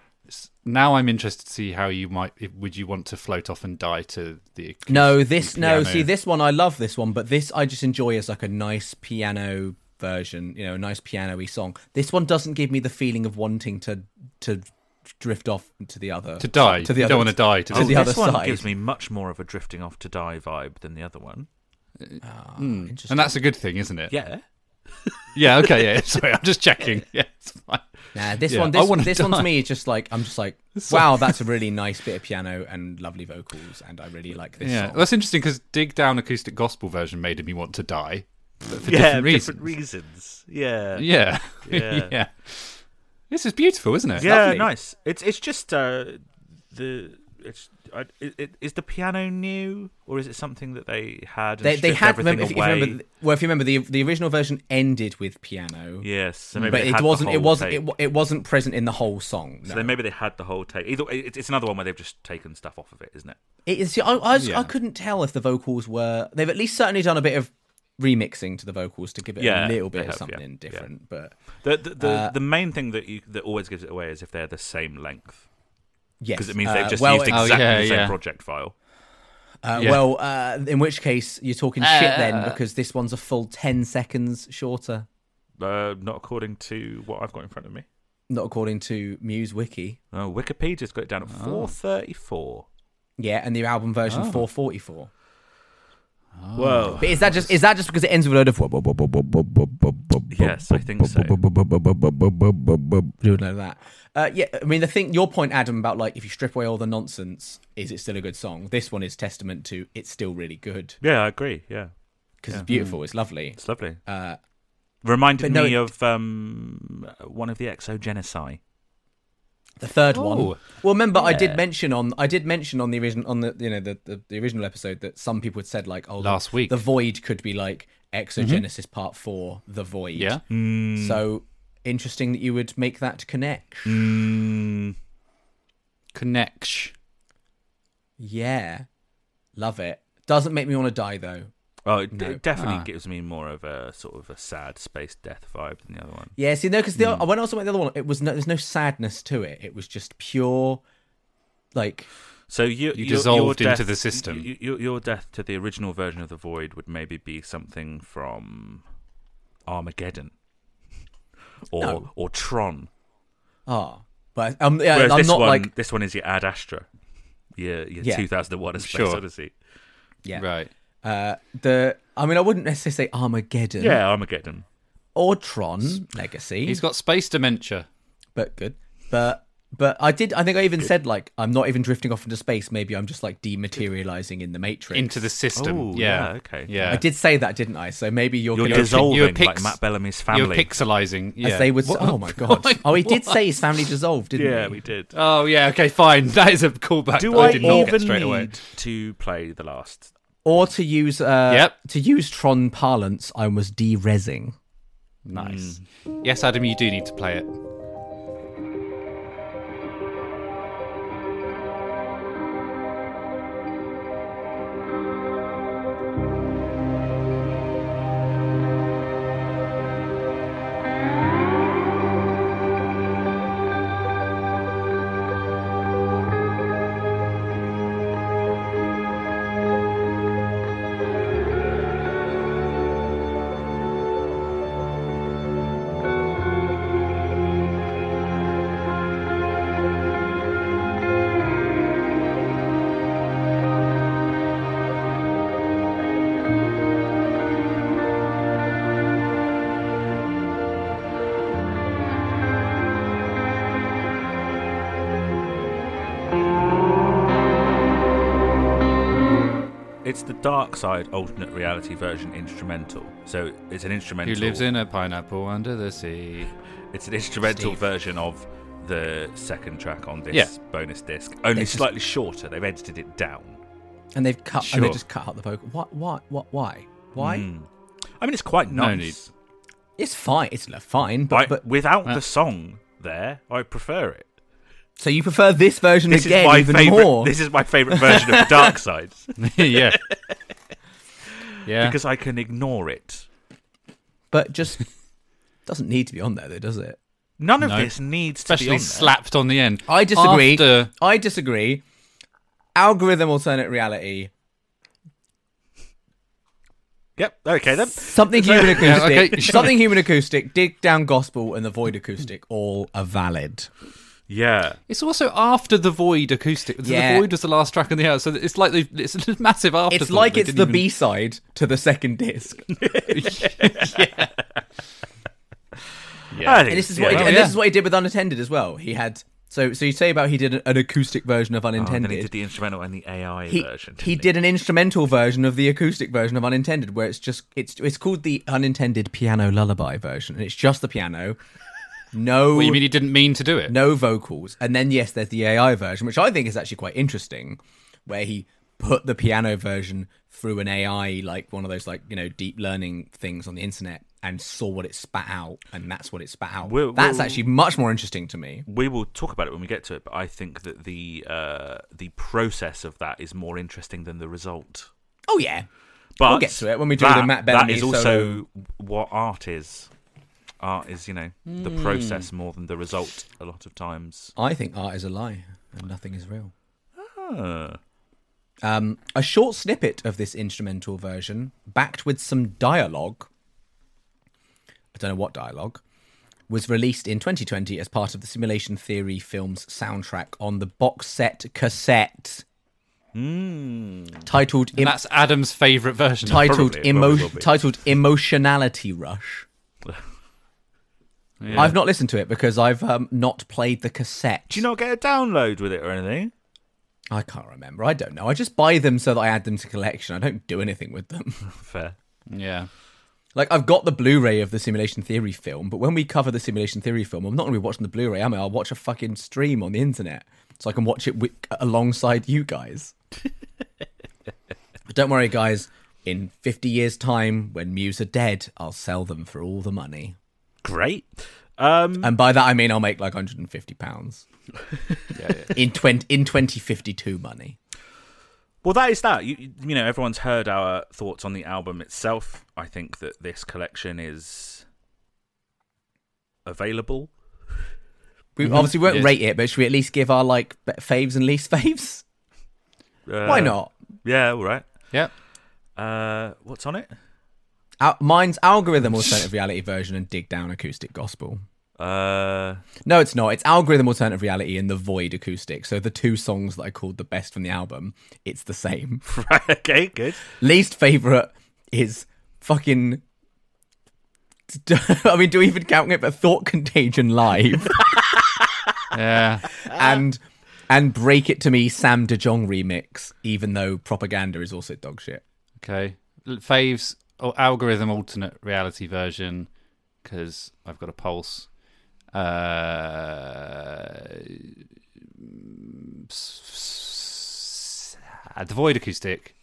Now I'm interested to see how you might. if- Would you want to float off and die to the? acoustic No, this no. piano? See, this one I love this one, but this I just enjoy as like a nice piano version. You know, a nice piano-y song. This one doesn't give me the feeling of wanting to to drift off to the other to die. To the you other, don't want to die to to this. the this other one side. gives me much more of a drifting off to die vibe than the other one. Interesting. and that's a good thing, isn't it? Yeah. Yeah. Okay. Yeah. <laughs> Sorry, I'm <laughs> just checking. Yeah. It's fine. Nah, this Yeah, one, I this, wanna this one die. to me is just like I'm just like, wow, that's a really nice bit of piano and lovely vocals, and I really like this. Yeah. song. That's interesting because dig down acoustic gospel version made me want to die but for yeah, different reasons. reasons. Yeah. yeah. <laughs> Yeah. yeah. This is beautiful, isn't it? yeah, lovely. nice. It's it's just uh, the it's I, it, it, is the piano new or is it something that they had? And they they stripped had everything remember, if, if you away. remember, well, if you remember, the the original version ended with piano, yes, so maybe Mm, but they it had the wasn't it whole wasn't take. it, wa- it wasn't present in the whole song. So no. then maybe they had the whole take. Either it, it's another one where they've just taken stuff off of it, isn't it? It is. see, I, I, was- Yeah. I couldn't tell if the vocals were. They've at least certainly done a bit of remixing to the vocals to give it Yeah, a little they bit have, of yeah, something yeah. different. But The the the, Uh, the main thing that you, that always gives it away is if they're the same length yes, because it means uh, they've just well, used uh, exactly yeah, the same yeah. project file. uh, yeah. Well, uh, in which case you're talking shit then because this one's a full ten seconds shorter, Uh, not according to what I've got in front of me. not according to Muse Wiki. Oh, Wikipedia's got it down at four thirty four. Yeah, and the album version Oh. 444. Whoa. But is that just is that just because it ends with a load of Yes, I think so. doing like that? Uh, yeah, I mean the thing your point, Adam, about like if you strip away all the nonsense, is it still a good song? This one is testament to it's still really good Yeah, I agree. Yeah, because it's beautiful, it's Mm. lovely. it's lovely. Uh, Reminded But no, me it- of um, one of the exogenicide. The third one. Oh. Well, remember I did mention on I did mention on the original on the you know the, the, the original episode that some people had said like oh the- Last week. Mm-hmm. the void could be like Exogenesis Part Four, the void. Mm. Yeah. Mm. So interesting that you would make that connect. Connection. Yeah. Love it. Doesn't make me want to die though. Oh, it, No. it definitely Ah. gives me more of a sort of a sad space death vibe than the other one. Yeah, see, no, because when I was watching the other one, it was no, there's no sadness to it. It was just pure, like, So you, You your- dissolved your into death- the system. y- y- Your, your death to the original version of the Void would maybe be something from Armageddon <laughs> or No. or Tron. ah. But um, yeah, Whereas I'm this not one, like, this one is your Ad Astra, your, your Yeah. 2001: A Space Sure. Odyssey. yeah, Right. uh, the. I mean, I wouldn't necessarily say Armageddon Yeah, Armageddon. or Tron Legacy, He's got space dementia. but good. But but I did. I think I even said like, I'm not even drifting off into space. Maybe I'm just like dematerializing in the matrix. into the system. Oh, yeah. yeah, okay. Yeah. I did say that, didn't I? So maybe you're, You're gonna- dissolving you're like pix- Matt Bellamy's You're family. pixelizing. Yeah. as they would. What- <laughs> oh my god! Why- oh, he did why? say his family dissolved, didn't yeah, he? we did. Oh yeah. Okay. Fine. <laughs> That is a callback. Do that I, I did not even get straight need away. to play the last? Or to use uh, Yep. to use Tron parlance, I was de-resing. Nice. Hmm. Yes, Adam, you do need to play it. Thank it's the dark side alternate reality version instrumental. So it's an instrumental. Who lives in a pineapple under <laughs> the sea? <laughs> It's an instrumental Steve. version of the second track on this Yeah. bonus disc, only It's just- slightly shorter. They've edited it down. and they've cut and they Sure. Hmm. just cut out the vocal. What? What? What? Why? Why? I mean, it's quite No nice. need. It's fine. It's lo- fine, but, Right, but without Uh. the song there, I prefer it. so you prefer this version This again is my even favorite. more? This is my favorite version of the <laughs> Dark Side yeah. Yeah. because I can ignore it. but just <laughs> doesn't need to be on there, though, does it? None of No. this needs to be Especially on there. slapped on the end. I disagree. After- I disagree. Algorithm alternate reality. Yep. Okay then. Something human Yeah, acoustic. <laughs> okay, sure. Something human acoustic. Dig down gospel and the void acoustic. All are valid. Yeah. It's also after the Void acoustic. Yeah. The Void was the last track on the album, so it's like they, it's <laughs> a massive afterthought. It's like They it's didn't the even- B side to the second disc, and I think this is yeah. what he did, Well, and yeah. this is what he did with Unattended as well. He had so so you say about he did an acoustic version of Oh, then Unintended. he did the instrumental and the AI he, version. he didn't did an instrumental version of the acoustic version of Unintended, where it's just it's it's called the Unintended Piano Lullaby version, and it's just the piano, no <laughs> Well, you mean he didn't mean to do it? no vocals, and then yes, there's the AI version, which I think is actually quite interesting, where he put the piano version through an AI, like one of those like you know deep learning things on the internet, and saw what it spat out, and that's what it spat out. We'll- that's we'll- actually much more interesting to me. we will talk about it when we get to it, but I think that the uh, the process of that is more interesting than the result. Oh yeah, But get to it when we do the Matt That Bellamy is also what art is. Art is, you know, the Hmm. process more than the result. A lot of times, I think art is a lie and nothing is real. Huh. Um, a short snippet of this instrumental version, backed with some dialogue, I don't know what dialogue, was released in 2020 as part of the Simulation Theory film's soundtrack on the box set cassette. Titled, And Im- that's Adam's favourite version. <laughs> of titled, Hmm. probably, it emo- probably will be. titled <laughs> Emotionality Rush. Yeah. I've not listened to it because I've um, not played the cassette. do you not get a download with it or anything? I can't remember. I don't know. I just buy them so that I add them to collection. I don't do anything with them. <laughs> Fair. Yeah. Like I've got the Blu-ray of the Simulation Theory film, but when we cover the Simulation Theory film, I'm not going to be watching the Blu-ray, am I? I'll watch a fucking stream on the internet so I can watch it with, alongside you guys. <laughs> but don't worry, guys. In 50 years' time, when Muse are dead, I'll sell them for all the money, Great. Um, and by that I mean I'll make like 150 pounds in 20 in 2052 money. Well, that is that. You, you know, everyone's heard our thoughts on the album itself. I think that this collection is available. We obviously won't Yes. rate it, but should we at least give our like be- faves and least <laughs> faves? Uh, Why not? Yeah, all right. Yeah. Uh, what's on it? Al- mine's algorithm alternative reality version and dig down acoustic gospel. Uh, <laughs> No, it's not. It's algorithm alternative reality and the void acoustic. So the two songs that I called the best from the album, it's the same. <laughs> right, okay, good. Least favorite is fucking. <laughs> I mean, do we even count it? But thought contagion live Yeah. and and break it to me Sam De Jong remix. Even though propaganda is also dog shit. Okay. L- Faves or algorithm alternate reality version because I've got a pulse. Uh, s- s- uh, the void acoustic.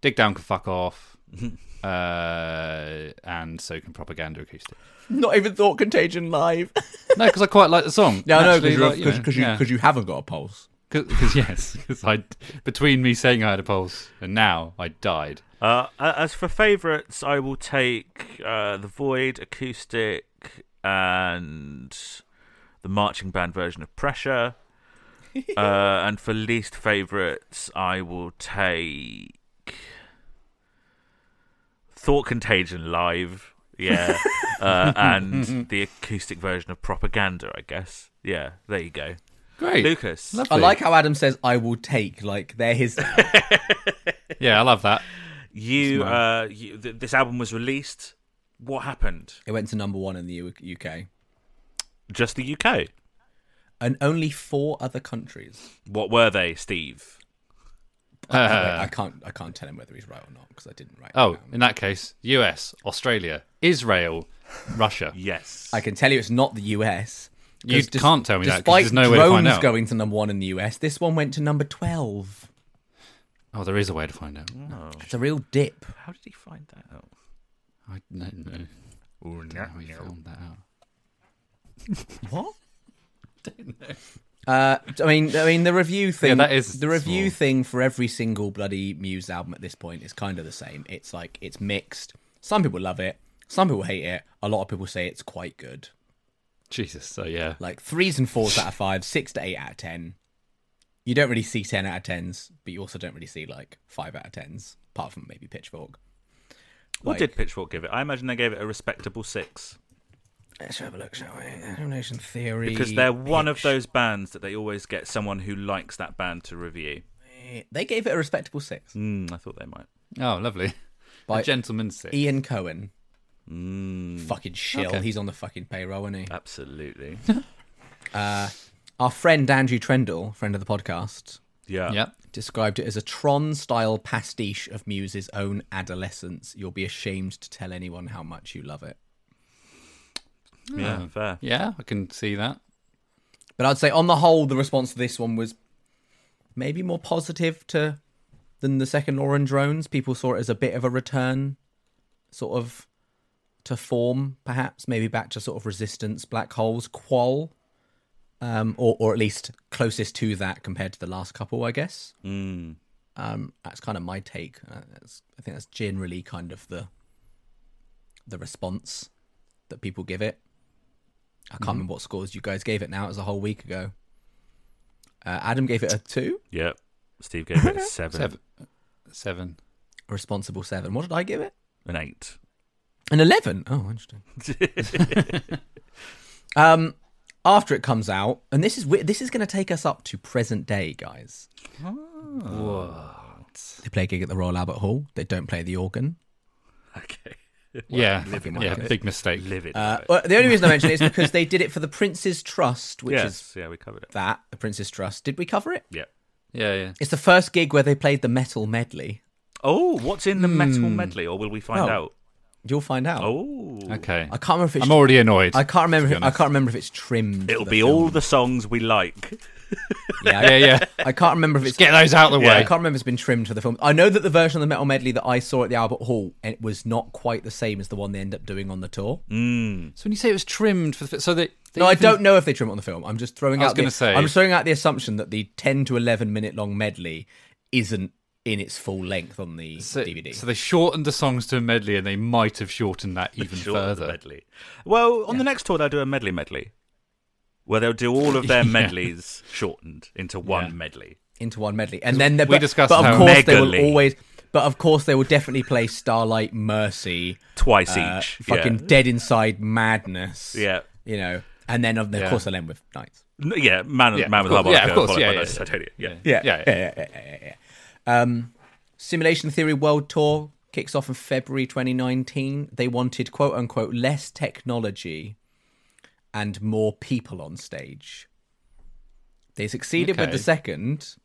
Dig down can <laughs> fuck off. uh, and so can propaganda acoustic. Not even thought contagion live. No, because I quite like the <laughs> song. No, no, Actually, because like, you know, you, yeah. <laughs> because you haven't got a pulse. Because yes, because I between me saying I had a pulse and now I died. Uh, a- as for favourites, I will take uh, the Void acoustic and the marching band version of Pressure. uh, and for least favourites, I will take Thought Contagion live. Yeah, uh, and the acoustic version of Propaganda, I guess. Yeah, there you go, Great, Lucas. Lovely. I like how Adam says, "I will take." Like they're his. Yeah, I love that. You, Smart. uh, you th- this album was released. What happened? it went to number one in the U- UK. Just the UK. and only four other countries. What were they, Steve? Wait, I can't. I can't tell him whether he's right or not because I didn't write. it Uh, Oh, down. in that case, US, Australia, Israel, Russia. Yes. I can tell you it's not the US. 'cause You des- can't tell me that, 'cause Despite there's no way to drones find out. going to number one in the US, this one went to number twelve. Oh, there is a way to find out. It's a real dip. How did he find that out? I don't know Oh, no. how he found that out. What? Uh, I mean, I mean, the review thing. that is the review small. thing for every single bloody Muse album at this point is kind of the same. It's like it's mixed. Some people love it. Some people hate it. A lot of people say it's quite good. Jesus. So yeah, Like threes and fours out of five, six to eight out of ten. You don't really see ten out of tens, but you also don't really see like five out of tens, apart from maybe Pitchfork. What Like- did Pitchfork give it? I imagine they gave it a respectable six Let's have a look, shall we? Emanation Theory. because they're one of Pitch- those bands that they always get someone who likes that band to review. They gave it a respectable six. Mm, I thought they might. Oh, lovely. By a gentleman six. Ian Cohen. Fucking shill. Okay. He's on the fucking payroll, isn't he? <laughs> Absolutely. Our friend Andrew Trendle, friend of the podcast, Yeah. yeah. described it as a Tron style pastiche of Muse's own adolescence. You'll be ashamed to tell anyone how much you love it. Yeah. Fair. Yeah, I can see that. But I'd say, on the whole, the response to this one was maybe more positive to than the second Law and Drones. People saw it as a bit of a return, sort of to form, perhaps maybe back to sort of Resistance, Black Holes, Qual, um, or or at least closest to that compared to the last couple, I guess. Um, that's kind of my take. Uh, that's, I think that's generally kind of the the response that people give it. I can't remember what scores you guys gave it now. It was a whole week ago. Uh, Adam gave it a two, Yeah. Steve gave <laughs> it a seven, Seven. Seven. a responsible seven. What did I give it? an <laughs> eight. <laughs> An 11. Oh, interesting. um, after it comes out, and this is wi- this is going to take us up to present day, guys. They play a gig at the Royal Albert Hall. They don't play the organ. Okay. yeah, living yeah, like it. big mistake. Livid. Uh, well, the only reason I mention it is because they did it for the Prince's Trust, which is yes. Yeah, we covered it. that the Prince's Trust. Did we cover it? Yeah. Yeah, yeah. It's the first gig where they played the metal medley. Oh, what's in the metal medley, or will we find Hmm. Oh. out? You'll find out. Oh. Okay, I can't remember if it's I'm already annoyed. I can't remember. be If, I can't remember if it's trimmed. It'll for be film. all the songs we like. Yeah, yeah, I, yeah. I can't remember if it's. Get those out of the Yeah. I way. can't remember if it's been trimmed for the film. I know that the version of the metal medley that I saw at the Albert Hall it was not quite the same as the one they end up doing on the tour. Mm. So when you say it was trimmed for the, so they, they No, I even- don't know if they trim it on the film. I'm just throwing I was out. the- gonna say- I'm just throwing out the assumption that the 10 to 11 minute long medley isn't in its full length on the So, DVD. so they shortened the songs to a medley, and they might have shortened that even Sure, the further. medley. Well, on the next tour they'll do a medley medley, where they'll do all of their <laughs> Yeah. medleys shortened into one Yeah. medley. into one medley, and then they we but, discussed But of how- course, they will Megaly. always. But of course, they will definitely play Starlight Mercy, Twice uh, each. fucking Dead Inside Madness. Yeah. you know, and then of, of Yeah. course they'll end with Knights. N- Yeah, man, Yeah, man with of course. hard Yeah, of course. Yeah, yeah, I yeah. tell you. Yeah. Yeah. Yeah. Yeah, yeah, yeah, yeah, yeah, yeah. Um, Simulation Theory World Tour kicks off in February 2019. They wanted, quote unquote, less technology and more people on stage. They succeeded with Okay. the second.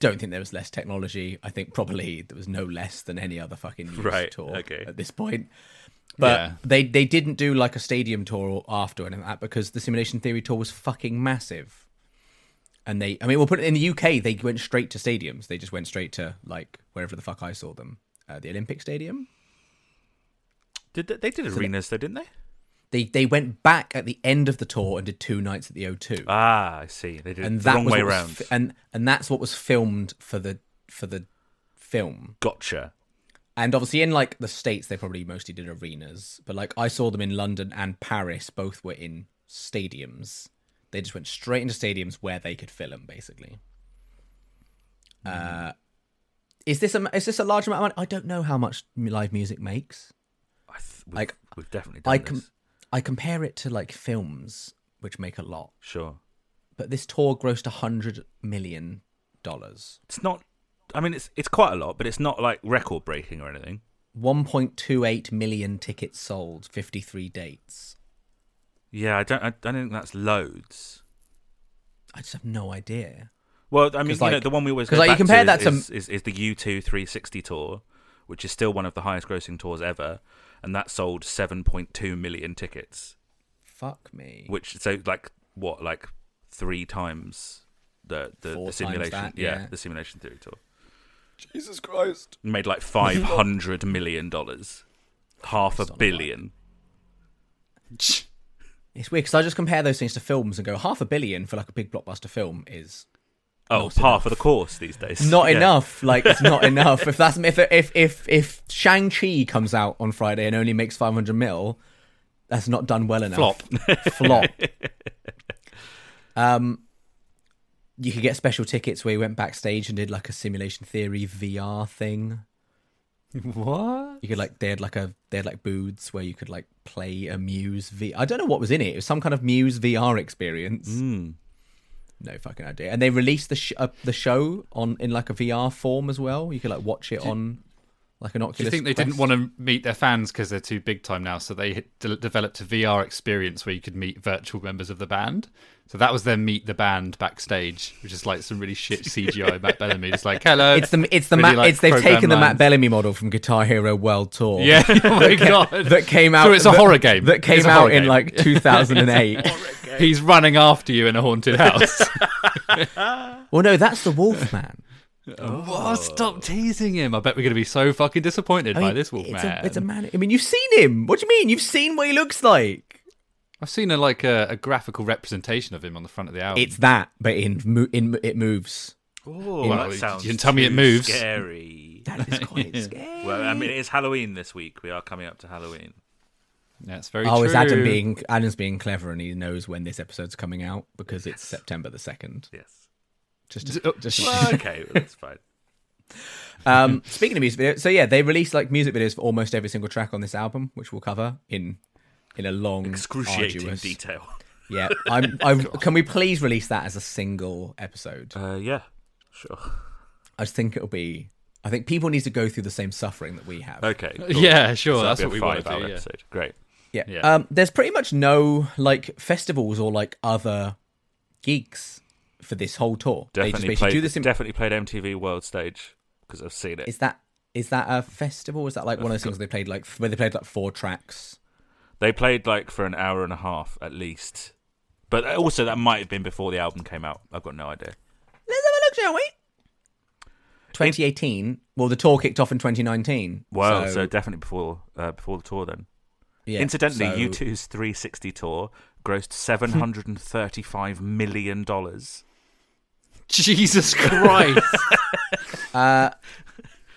Don't think there was less technology. I think probably there was no less than any other fucking Muse Right, tour okay. at this point. But Yeah. they they didn't do like a stadium tour after and that because the Simulation Theory tour was fucking massive and they i mean we'll put it in the uk they went straight to stadiums they just went straight to like wherever the fuck i saw them uh, the olympic stadium Did they, they did arenas though, didn't they? they they went back at the end of the tour and did two nights at the o2 Ah, I see. They did and it the that wrong was way what was round. fi- and and that's what was filmed for the for the film gotcha. and obviously in like the states they probably mostly did arenas but like i saw them in london and paris both were in stadiums they just went straight into stadiums where they could film basically uh is this a is this a large amount of money i don't know how much live music makes I th- we've, Like, we've definitely done i com- this. i compare it to like films which make a lot Sure. but this tour grossed 100 million dollars It's not. I mean, it's it's quite a lot, but it's not like record breaking or anything. 1.28 million tickets sold 53 dates Yeah, I don't. I, I don't think that's loads. i just have no idea Well, I mean, 'Cause, you know, like- the one we always go 'cause, like, you back compare to that to- is, is, is the U2 360 tour, which is still one of the highest grossing tours ever, and that sold 7.2 million tickets, Fuck me. which so like what like three times the the, Four the times simulation that, yeah, yeah. the simulation theory tour Jesus Christ. made <laughs> like 500 million dollars, half a billion. It's weird because I just compare those things to films and go half a billion for like a big blockbuster film is Oh, Not par enough. for the course these days. not Yeah. enough. Like it's not enough. If that's if if if if Shang Chi comes out on Friday and only makes five hundred mil, that's not done well enough. Flop. <laughs> Flop. um, you could get special tickets where you went backstage and did like a simulation theory VR thing. What? You could like they had like a they had like booths where you could like play a Muse V. I don't know what was in it. It was some kind of Muse VR experience. Hmm. No fucking idea. And they released the sh- uh, the show on in like a VR form as well. You could like watch it on like an Oculus. Do you think they didn't want to meet their fans because they're too big time now? So they hit- de- developed a VR experience where you could meet virtual members of the band. So that was their meet the band backstage, which is like some really shit CGI <laughs> Matt Bellamy. Just like, hello. It's the it's the Really, Matt, like, it's they've program taken the Matt lines. Bellamy model from Guitar Hero World Tour. <laughs> Yeah. Oh my god. that came out. So it's a that- horror game. that It's came a horror out in game. like 2008. <laughs> He's running after you in a <laughs> haunted house. <laughs> well, no, that's the Wolfman. What? Stop teasing him. I bet we're going to be so fucking disappointed I by mean, this wolf it's man. A, it's a man. I mean, you've seen him. What do you mean? You've seen what he looks like. I've seen a like a, a graphical representation of him on the front of the album. It's that, but in mo- in it moves. Oh, Well, that you sounds can tell me it too moves. <laughs> Scary. That is quite scary. Well, I mean, it is Halloween this week. We are coming up to Halloween. that's very Oh, true. is Adam being Adam's being clever and he knows when this episode's coming out because it's September the second. Yes. Just, D- oh, just okay, well, that's fine. <laughs> um, speaking of music videos, so yeah, they released like music videos for almost every single track on this album, which we'll cover in in a long, Excruciating arduous- detail. <laughs> Oh, Yeah, I'm, I'm, can we please release that as a single episode? Uh, yeah, sure. I just think it'll be. I think people need to go through the same suffering that we have. Okay. cool. Yeah, sure. So that'll that's be a what we want to five-hour do. Yeah. episode. Great. Yeah. Yeah. Um, there's pretty much no like festivals or like other gigs for this whole tour. they just Definitely basically played. do this. In, Definitely played MTV World Stage because I've seen it. is that is that a festival? Is that like one of those things they played like where they played like four tracks? They played like for an hour and a half at least, but uh, also that might have been before the album came out. I've got no idea. Let's have a look, shall we? 2018. Well, the tour kicked off in 2019. Wow. So, definitely before uh, before the tour then. yeah, so- Incidentally, U2's 360 tour grossed 735 million dollars. <laughs> Jesus <laughs> Christ.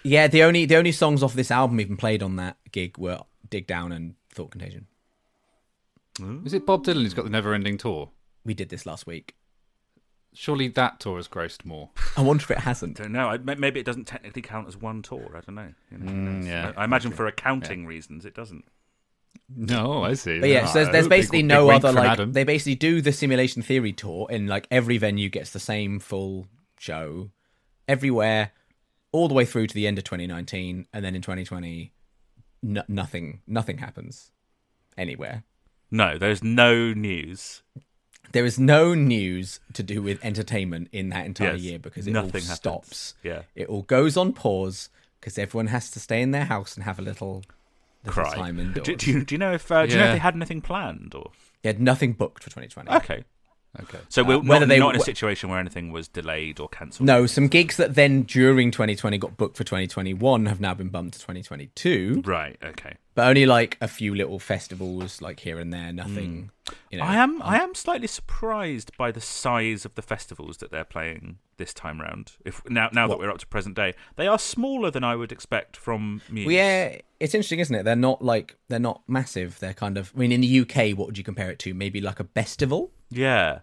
Yeah, the only the only songs off this album even played on that gig were "Dig Down" and "Thought Contagion." is it Bob Dylan who's got the never ending tour? We did this last week. Surely that tour has grossed more. I wonder if it hasn't. Don't know. I, ma- maybe it doesn't technically count as one tour. I don't know. You know, Mm, who knows? yeah, I, I imagine for accounting reasons it doesn't. <laughs> No, I see. But yeah, so there's, there's Big- basically big no wink other from like Adam. they basically do the simulation theory tour and like every venue gets the same full show everywhere all the way through to the end of 2019 and then in 2020 no, nothing nothing happens anywhere. No, there's no news. There is no news to do with entertainment in that entire Yes, year because it all nothing happens. stops. Yeah. It all goes on pause because everyone has to stay in their house and have a little, little Cry. time indoors. Do, do you, do you know if uh, do you know if Yeah. they had anything planned or? They had nothing booked for 2020. Okay. Okay. So we're whether not, they- not in a wh- situation where anything was delayed or cancelled. No, some gigs that then during 2020 got booked for 2021 have now been bumped to 2022, Right. Okay. but only like a few little festivals like here and there, nothing. You know, Mm. I am I am slightly surprised by the size of the festivals that they're playing this time round. If now now that we're up to present day, they are smaller than I would expect from Muse. Well, yeah, it's interesting, isn't it? They're not like they're not massive. They're kind of. I mean, in the UK, what would you compare it to? Maybe like a festival Yeah.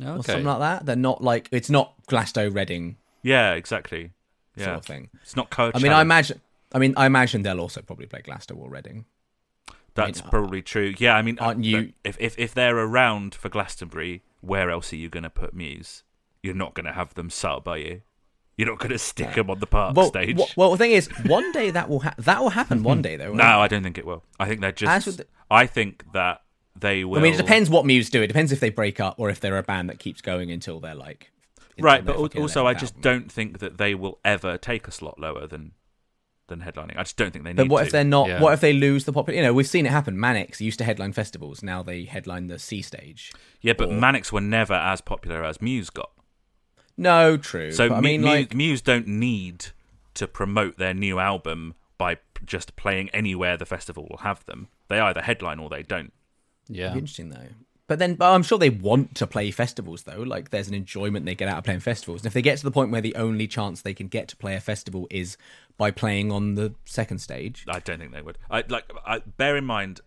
or Okay. something like that. They're not like it's not Glasgow Reading Yeah, exactly. Yeah. sort of thing. It's not Coachella. I mean, I imagine. I mean, I imagine they'll also probably play Glasgow or Reading. that's mean, probably true. Yeah, I mean, aren't but you- If, if if they're around for Glastonbury, where else are you going to put Muse? You're not going to have them sub, are you? You're not going to stick them on the park Well, stage. wh- well, the thing is, one day that will ha- that will happen. One day though. No, I don't think it will. I think they're As just. with the- I think that they will. I mean, it depends what Muse do. It depends if they break up or if they're a band that keeps going until they're like into right, their but al- fucking also I eleventh just album. don't think that they will ever take a slot lower than than headlining. I just don't think they need. But what to. if they're not? Yeah. What if they lose the popular? You know, we've seen it happen. Manix used to headline festivals. Now they headline the C stage. Yeah, but Manics were never as popular as Muse got. No, true. So But I Mu- mean, Mu- like, Muse don't need to promote their new album by p- just playing anywhere the festival will have them. They either headline or they don't. Yeah. Be interesting though. But then, but I'm sure they want to play festivals though. Like, there's an enjoyment they get out of playing festivals. And if they get to the point where the only chance they can get to play a festival is by playing on the second stage, I don't think they would. I like. I, bear in mind,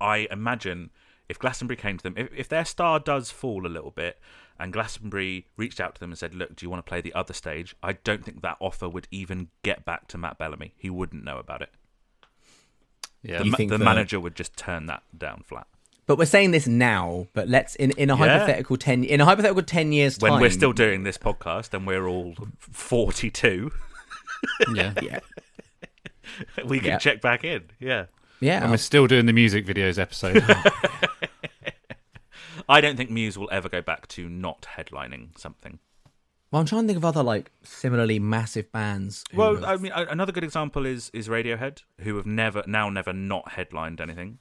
I imagine if Glastonbury came to them, if, if their star does fall a little bit, and Glastonbury reached out to them and said, "Look, do you want to play the other stage?" I don't think that offer would even get back to Matt Bellamy. He wouldn't know about it. Yeah. The, You ma- think the that- manager would just turn that down flat but we're saying this now. But let's in in a hypothetical ten in a hypothetical ten years when time, we're still doing this podcast and we're all forty-two. yeah. yeah we can Yeah. check back in. Yeah. yeah. And we're still doing the music videos <laughs> episode. I don't think Muse will ever go back to not headlining something. well, I'm trying to think of other like similarly massive bands. who have- Well, I mean, a- another good example is is Radiohead, who have never now never not headlined anything.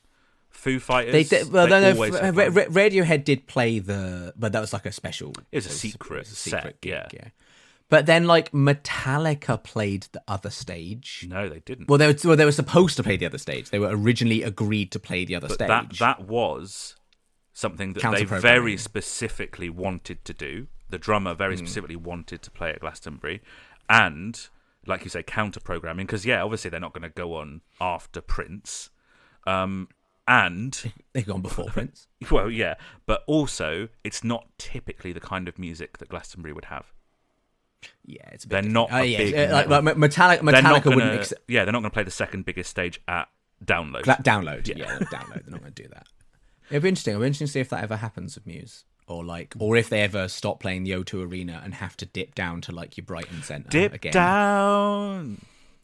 Foo Fighters. They did, well, no, no, always Ra- headline. Ra- Radiohead did play the, but that was like a special. It was a secret set, yeah. But then, like Metallica played the other stage. no, they didn't. Well, they were well, they were supposed to play the other stage. They were originally agreed to play the other but stage. that that was something that they very Counter-programming. specifically wanted to do. The drummer very Hmm. specifically wanted to play at Glastonbury, and like you say, counter programming because yeah, obviously they're not going to go on after Prince, um, and they've gone <laughs> before Prince. Well, yeah, but also it's not typically the kind of music that Glastonbury would have. Yeah, it's a bit They're different. not Oh, a yeah, big it's, uh, like, like Metallica. They're not Metallica gonna, wouldn't accept yeah, they're not going to play the second biggest stage at Download. Gla- download. Yeah, download. They're not going to do that. It'd be interesting. It'd be interesting to see if that ever happens with Muse, or like, or if they ever stop playing the O2 Arena and have to dip down to like your Brighton Centre Dip again. down.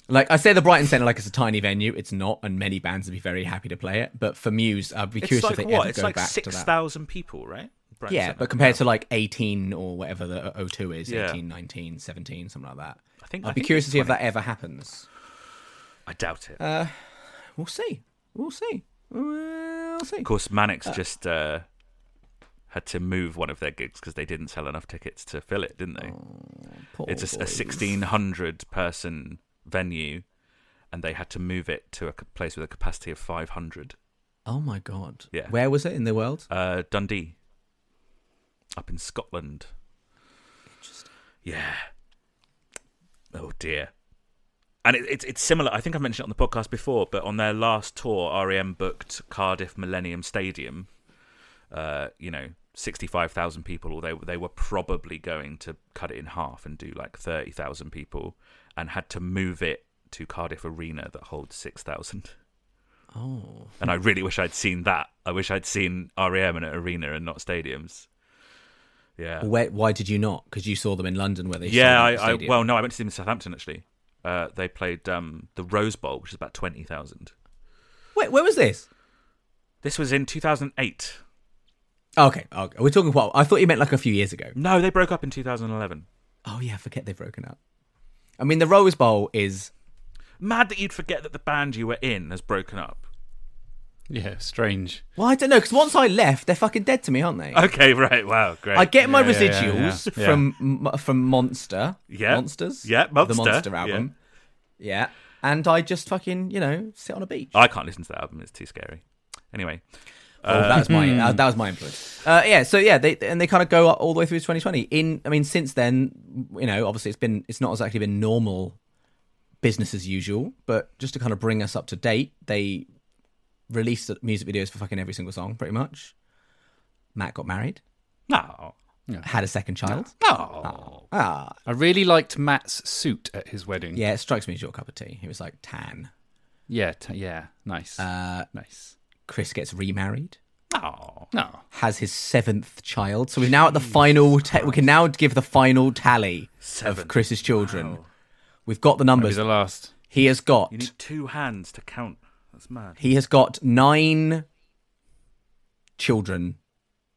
Like I say, the Brighton Centre, like it's a tiny venue. It's not, and many bands would be very happy to play it. But for Muse, I'd be It's curious like if they what? ever It's go like back six to that. thousand people, right? Brighton Yeah, Centre. but compared to like 18 or whatever the O2 is, Yeah. eighteen, nineteen, seventeen, 18, 19, 17, something like that. I think- I'd I be think curious it's to see if that ever happens. I doubt it. uh, We'll see. We'll see. We'll see. of course, Mannix just uh, had to move one of their gigs because they didn't sell enough tickets to fill it, didn't they? Poor it's a, a Oh, boys. 1600 person venue, and they had to move it to a c- place with a capacity of 500. Oh my god. Yeah. Where was it in the world? Uh, Dundee, up in Scotland. Yeah. Oh dear. And it, it's it's similar. I think I mentioned it on the podcast before, but on their last tour, REM booked Cardiff Millennium Stadium. Uh, you know, sixty-five thousand people. Although they were probably going to cut it in half and do like thirty thousand people, and had to move it to Cardiff Arena that holds six thousand. Oh. And I really wish I'd seen that. I wish I'd seen REM in an arena and not stadiums. Yeah. Where, why did you not? Because you saw them in London where they yeah, sold out the I, I stadium. well, no, I went to see them in Southampton actually. Uh, they played um, the Rose Bowl, which is about twenty thousand. Wait, where was this? This was in two thousand eight. Okay, okay. We're talking what I thought you meant like a few years ago. No, they broke up in two thousand eleven. Oh yeah, I forget they've broken up. I mean the Rose Bowl is Mad that you'd forget that the band you were in has broken up. <laughs> yeah. Strange. well, I don't know because once I left, they're fucking dead to me, aren't they? Okay, right. Wow, great. I get my Yeah, yeah, yeah, residuals yeah. from m from Monster, Yeah. Monsters, Yeah, Monster, the Monster yeah. album, yeah. and I just fucking you know sit on a beach. I can't listen to that album. It's too scary. Anyway, Oh, that was my uh, that was my influence. Uh, yeah, so yeah, they and they kind of go up all the way through to 2020. In I mean, since then, you know, obviously it's been it's not exactly been normal business as usual, but just to kind of bring us up to date, they released music videos for fucking every single song, pretty much. Matt got married, no, had a second child. no. Ah, I really liked Matt's suit at his wedding. yeah, it strikes me as your cup of tea. It was like tan. Yeah. T- yeah. Nice. Uh, nice. Chris gets remarried. no. No. Has his seventh child, so we're now at the final. ta we can now give the final tally Seven. of Chris's children. We've got the numbers. He's the last. He has got You need two hands to count. That's mad. he has got nine children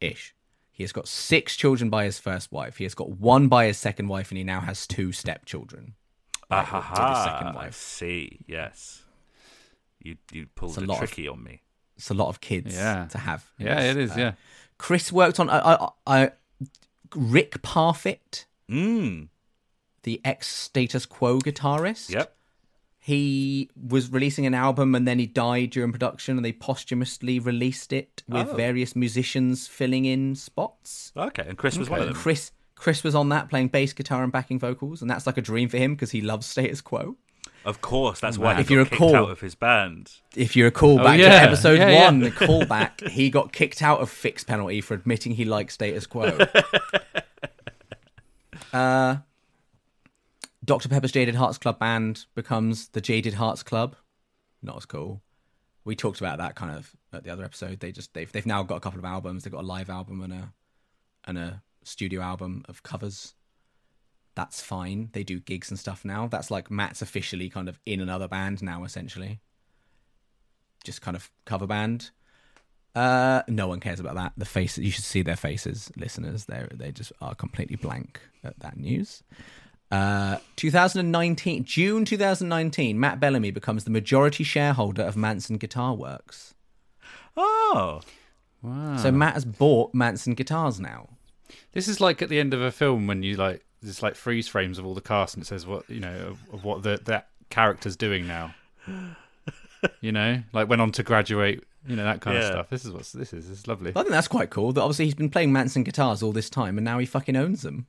ish. He has got six children by his first wife. He has got one by his second wife, and he now has two stepchildren. Ah, ha, to the ha, second I wife. see. Yes. You you pulled a a, lot of- tricky on me. It's a lot of kids Yeah. to have. Yeah, it is. Yeah. Chris worked on I, I, I, Rick Parfitt, Mm. the ex Status Quo guitarist. Yep. He was releasing an album and then he died during production, and they posthumously released it with Oh. various musicians filling in spots. Okay. And Chris was one of them. Chris Chris was on that playing bass guitar and backing vocals, and that's like a dream for him because he loves status quo. Of course, that's why he If got you kicked recall- out of his band. If you recall back Oh, yeah. to episode Yeah, yeah. one, <laughs> the callback, he got kicked out of fixed penalty for admitting he likes status quo. <laughs> uh, Dr. Pepper's Jaded Hearts Club Band becomes the Jaded Hearts Club. Not as cool. We talked about that kind of at the other episode. They just they've they've now got a couple of albums. They've got a live album and a and a studio album of covers. That's fine. They do gigs and stuff now. That's like Matt's officially kind of in another band now, essentially just kind of cover band. Uh, no one cares about that. The faces you should see their faces, listeners. They they just are completely blank at that news. Uh, 2019, June 2019, Matt Bellamy becomes the majority shareholder of Manson Guitar Works. Oh. Ah. So Matt has bought Manson guitars now. This is like at the end of a film when you like there's like freeze frames of all the cast and it says what you know of, of what the, that character's doing now. You know, like went on to graduate. You know that kind of Yeah. stuff. This is what's this is. This is lovely. I think that's quite cool. That obviously he's been playing Manson guitars all this time, and now he fucking owns them.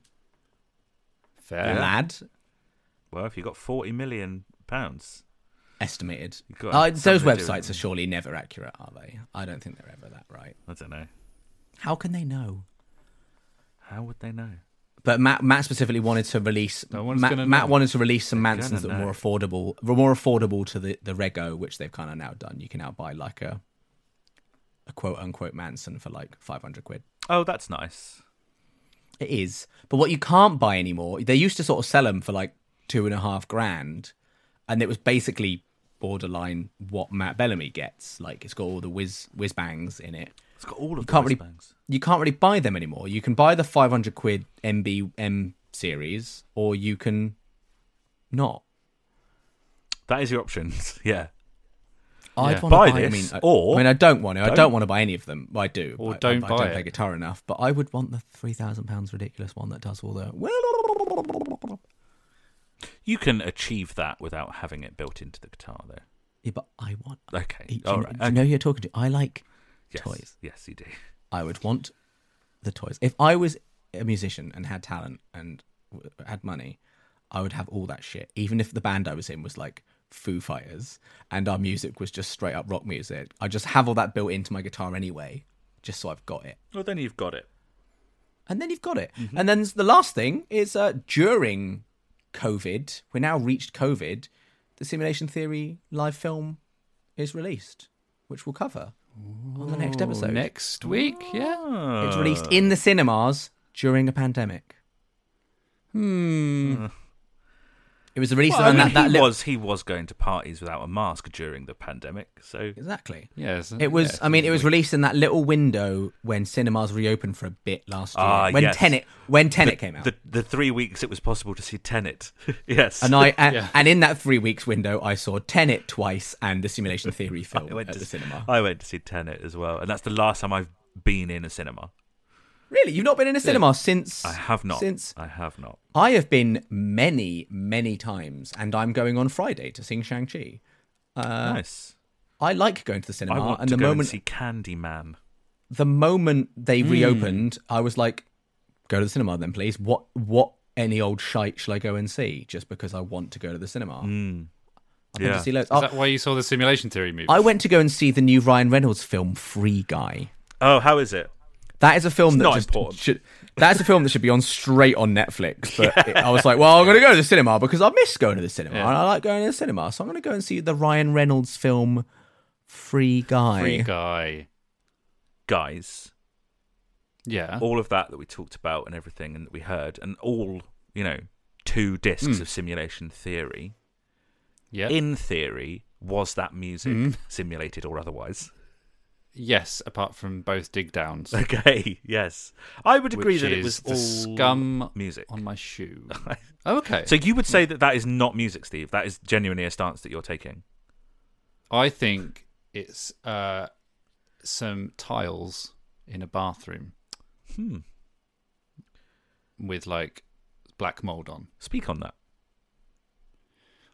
Fair. Lad, Well, if you got forty million pounds, estimated. You've got Uh, those something to do with websites them. are surely never accurate, are they? I don't think they're ever that right. I don't know. How can they know? How would they know? But Matt, Matt specifically wanted to release. No one's Matt, gonna Matt know. wanted to release some Mansons that gonna were more know. affordable, were more affordable to the the Rego, which they've kind of now done. You can now buy like a a quote unquote Manson for like five hundred quid. Oh, that's nice. It is, but what you can't buy anymore, they used to sort of sell them for like two and a half grand, and it was basically borderline what Matt Bellamy gets. Like it's got all the whiz whiz bangs in it. It's got all of the can't West really- bangs. you can't really buy them anymore. You can buy the 500 quid MBM series, or you can not. That is your options. <laughs> Yeah. I'd wanna Buy I this, mean, I- or I mean, I don't want to. I don't. don't want to buy any of them. I do. Or I, don't I, buy don't it. play guitar enough, but I would want the three thousand pounds ridiculous one that does all the. You can achieve that without having it built into the guitar, though. Yeah, but I want. Okay. You, All you- right. you Okay. know who you're talking to. I like Yes. toys. Yes, you do. I would want the toys. If I was a musician and had talent and w- had money, I would have all that shit. Even if the band I was in was like Foo Fighters and our music was just straight up rock music, I just have all that built into my guitar anyway, just so I've got it. Well, then you've got it. And then you've got it. And then the last thing is uh, during COVID, we now reached COVID, the Simulation Theory live film is released, which we'll cover on the next episode. Next week, yeah. It's released in the cinemas during a pandemic. Hmm. It was released Well, I on mean, that, that he li- was he was going to parties without a mask during the pandemic, so exactly. Yes. It was. yes. I mean, it was released in that little window when cinemas reopened for a bit last year. Ah, when yes. Tenet when Tenet the, came out, The, the three weeks it was possible to see Tenet. <laughs> yes, <laughs> and I and, Yeah. and in that three weeks window, I saw Tenet twice and the Simulation Theory film <laughs> I went at to the cinema. <laughs> I went to see Tenet as well, and that's the last time I've been in a cinema. Really, you've not been in a cinema since I have not. Since I have not. I have been many, many times, and I'm going on Friday to sing Shang Chi. nice. I like going to uh, the I cinema, want and to the go moment and see Candyman. the moment they reopened, I was like, "Go to the cinema, then, please." What what any old shite shall I go and see? Just because I want to go to the cinema, I want Yeah. to see loads. Is Oh, that why you saw the simulation theory movie? I went to go and see the new Ryan Reynolds film, Free Guy. Oh, how is it? That is a film that not just important. should. That's a film that should be on straight on Netflix. But it- I was like, well, I'm going to go to the cinema because I miss going to the cinema and I like going to the cinema, so I'm going to go and see the Ryan Reynolds film, Free Guy. Free guy. Guys, Yeah. all of that that we talked about and everything and that we heard, and all you know, two discs Hmm. of simulation theory. yeah. Hmm. In theory, was that music simulated or otherwise? yes, apart from both dig <laughs> downs. Okay, yes, I would agree which that it is was the all scum music. on <laughs> my shoe. Oh, okay, So you would say that that is not music, Steve. That is genuinely a stance that you're taking. I think it's uh, some tiles in a bathroom. Hmm. With like black mold on. Speak on that.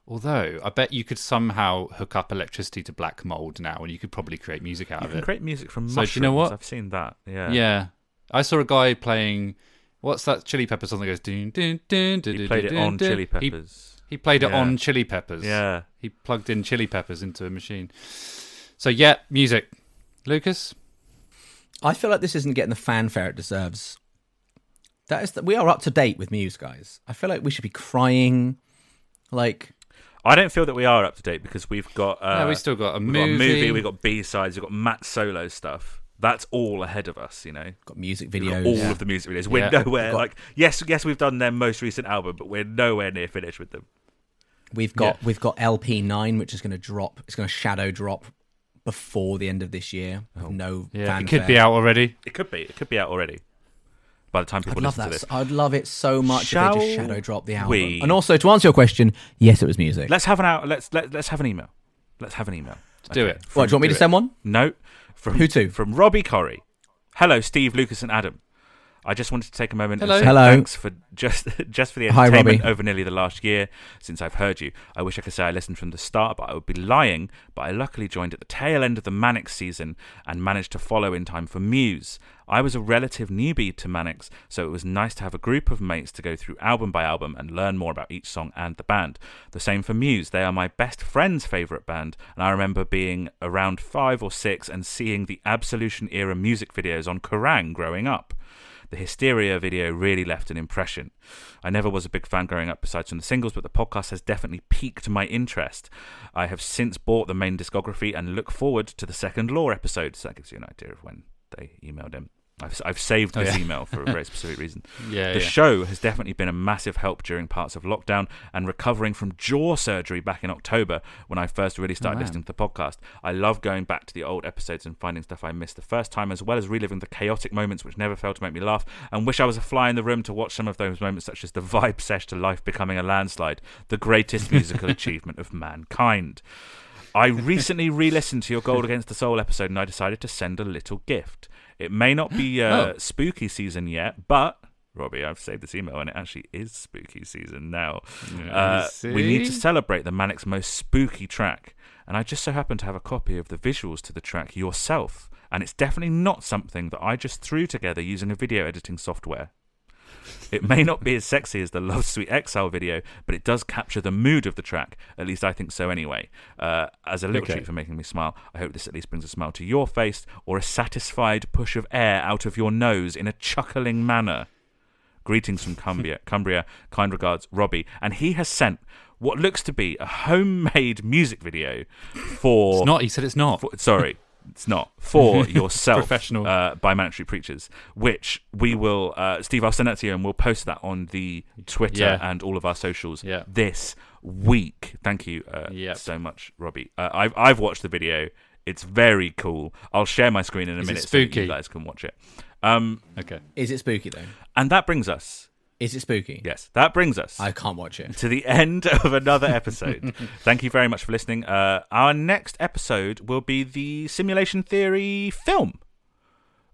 Although I bet you could somehow hook up electricity to black mold now, and you could probably create music out You of can it. create music from So do mushrooms. you know what? I've seen that. Yeah. yeah, I saw a guy playing. What's that Chili Pepper song that goes? Dun, dun, dun, dun, He dun, played dun, it on dun. Chili He- Peppers. He played it Yeah. on Chili Peppers. Yeah. He plugged in Chili Peppers into a machine. So yeah, music. Lucas, I feel like this isn't getting the fanfare it deserves. That is that we are up to date with Muse, guys. I feel like we should be crying. Like I don't feel that we are up to date because we've got uh, No, we still got a we've got movie. we've got B sides, we've got Matt Solo stuff. That's all ahead of us, you know. got music We've got videos. all of the music videos. We're Yeah. nowhere got- like yes, yes, we've done their most recent album, but we're nowhere near finished with them. We've got we've got LP nine, which is going to drop. It's going to shadow drop before the end of this year. with No yeah, it fanfare. could be out already. It could be. It could be out already. By the time people I'd love listen that. to this, I'd love it so much if they just Shall shadow drop the album. we- And also to answer your question, yes, it was music. let's have an out. Let's let, let's have an email. Let's have an email. do it. What, do you want me to it. send one? No. From Who to? From Robbie Corrie. Hello, Steve, Lucas, and Adam. I just wanted to take a moment Hello. and say Hello. thanks for just <laughs> just for the Hi, entertainment Robbie. over nearly the last year since I've heard you. I wish I could say I listened from the start, but I would be lying. But I luckily joined at the tail end of the Mannix season and managed to follow in time for Muse. I was a relative newbie to Mannix, so it was nice to have a group of mates to go through album by album and learn more about each song and the band. The same for Muse. They are my best friend's favourite band, and I remember being around five or six and seeing the Absolution era music videos on Kerrang growing up. The Hysteria video really left an impression. I never was a big fan growing up besides from the singles, but the podcast has definitely piqued my interest. I have since bought the main discography and look forward to the second lore episode. So that gives you an idea of when they emailed him. I've, I've saved this yeah. email for a very specific reason. Yeah, the yeah. show has definitely been a massive help during parts of lockdown and recovering from jaw surgery back in October when I first really started Oh, man. listening to the podcast. I love going back to the old episodes and finding stuff I missed the first time, as well as reliving the chaotic moments which never fail to make me laugh and wish I was a fly in the room to watch some of those moments, such as the <laughs> vibe sesh to life becoming a landslide, the greatest <laughs> musical achievement of mankind. I recently re listened to your Gold Against the Soul episode and I decided to send a little gift. It may not be uh, spooky season yet, but. Robbie, I've saved this email and it actually is spooky season now. Uh, we need to see? celebrate the Manic's most spooky track. And I just so happen to have a copy of the visuals to the track yourself. And it's definitely not something that I just threw together using a video editing software. It may not be as sexy as the Love Sweet Exile video, but it does capture the mood of the track. At least I think so anyway. Uh, as a little Okay. treat for making me smile, I hope this at least brings a smile to your face or a satisfied push of air out of your nose in a chuckling manner. Greetings from <laughs> Cumbria. Cumbria, kind regards, Robbie. And he has sent what looks to be a homemade music video for. It's not. He said it's not. for- sorry, it's not <laughs> for yourself. Professional. uh, by Mandatory Preachers, which we will. Uh, Steve, I'll send that to you, and we'll post that on the Twitter Yeah. and all of our socials Yeah. this week. Thank you uh, Yep. so much, Robbie. Uh, I've I've watched the video. It's very cool. I'll share my screen in a Is it minute so that you spooky? guys can watch it. Um, Okay. Is it spooky though? and that brings us. Is it spooky? Yes, that brings us I can't watch <laughs> it. to the end of another <laughs> episode. Thank you very much for listening. Uh, our next episode will be the simulation theory film.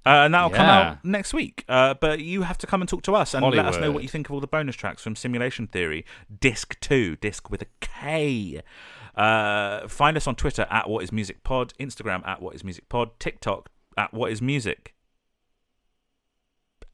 Uh, and that'll come Yeah. out next week. Uh, but you have to come and talk to us and let us know Hollywood. what you think of all the bonus tracks from Simulation Theory, Disc 2, Disc with a K. Uh, find us on Twitter at What Is Music Pod, Instagram at What Is Music Pod, TikTok at What Is Music.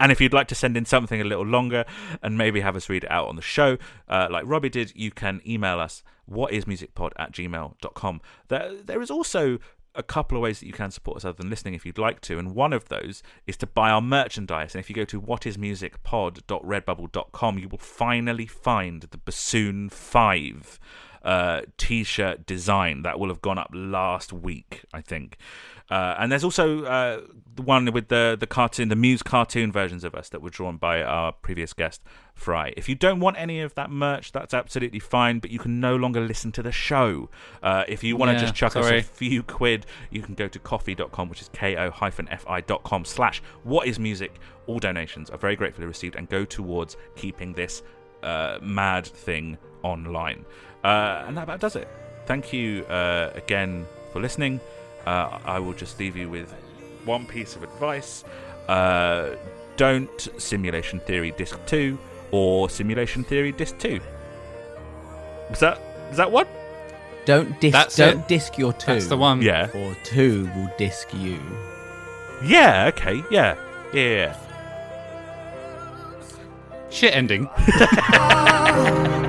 And if you'd like to send in something a little longer and maybe have us read it out on the show, uh, like Robbie did, you can email us whatismusicpod at gmail.com. There, there is also a couple of ways that you can support us other than listening if you'd like to. And one of those is to buy our merchandise. And if you go to whatismusicpod.redbubble.com, you will finally find the Bassoon 5. uh, t-shirt design that will have gone up last week, I think. Uh, and there's also uh, the one with the the cartoon, the Muse cartoon versions of us that were drawn by our previous guest Fry. If you don't want any of that merch, that's absolutely fine, but you can no longer listen to the show. Uh, if you want to Yeah, just chuck sorry. us a few quid, you can go to coffee.com, which is ko-fi.com slash what is music. All donations are very gratefully received and go towards keeping this uh, mad thing online. Uh, and that about does it. Thank you uh, again for listening. Uh, I will just leave you with one piece of advice. Uh, don't Simulation Theory Disc 2 or Simulation Theory Disc 2. Was that, is that one? Don't disc. That's don't it. disc your two. That's the one. Yeah. Or two will disc you. Yeah, okay, yeah. Yeah, yeah. Shit ending. Oh,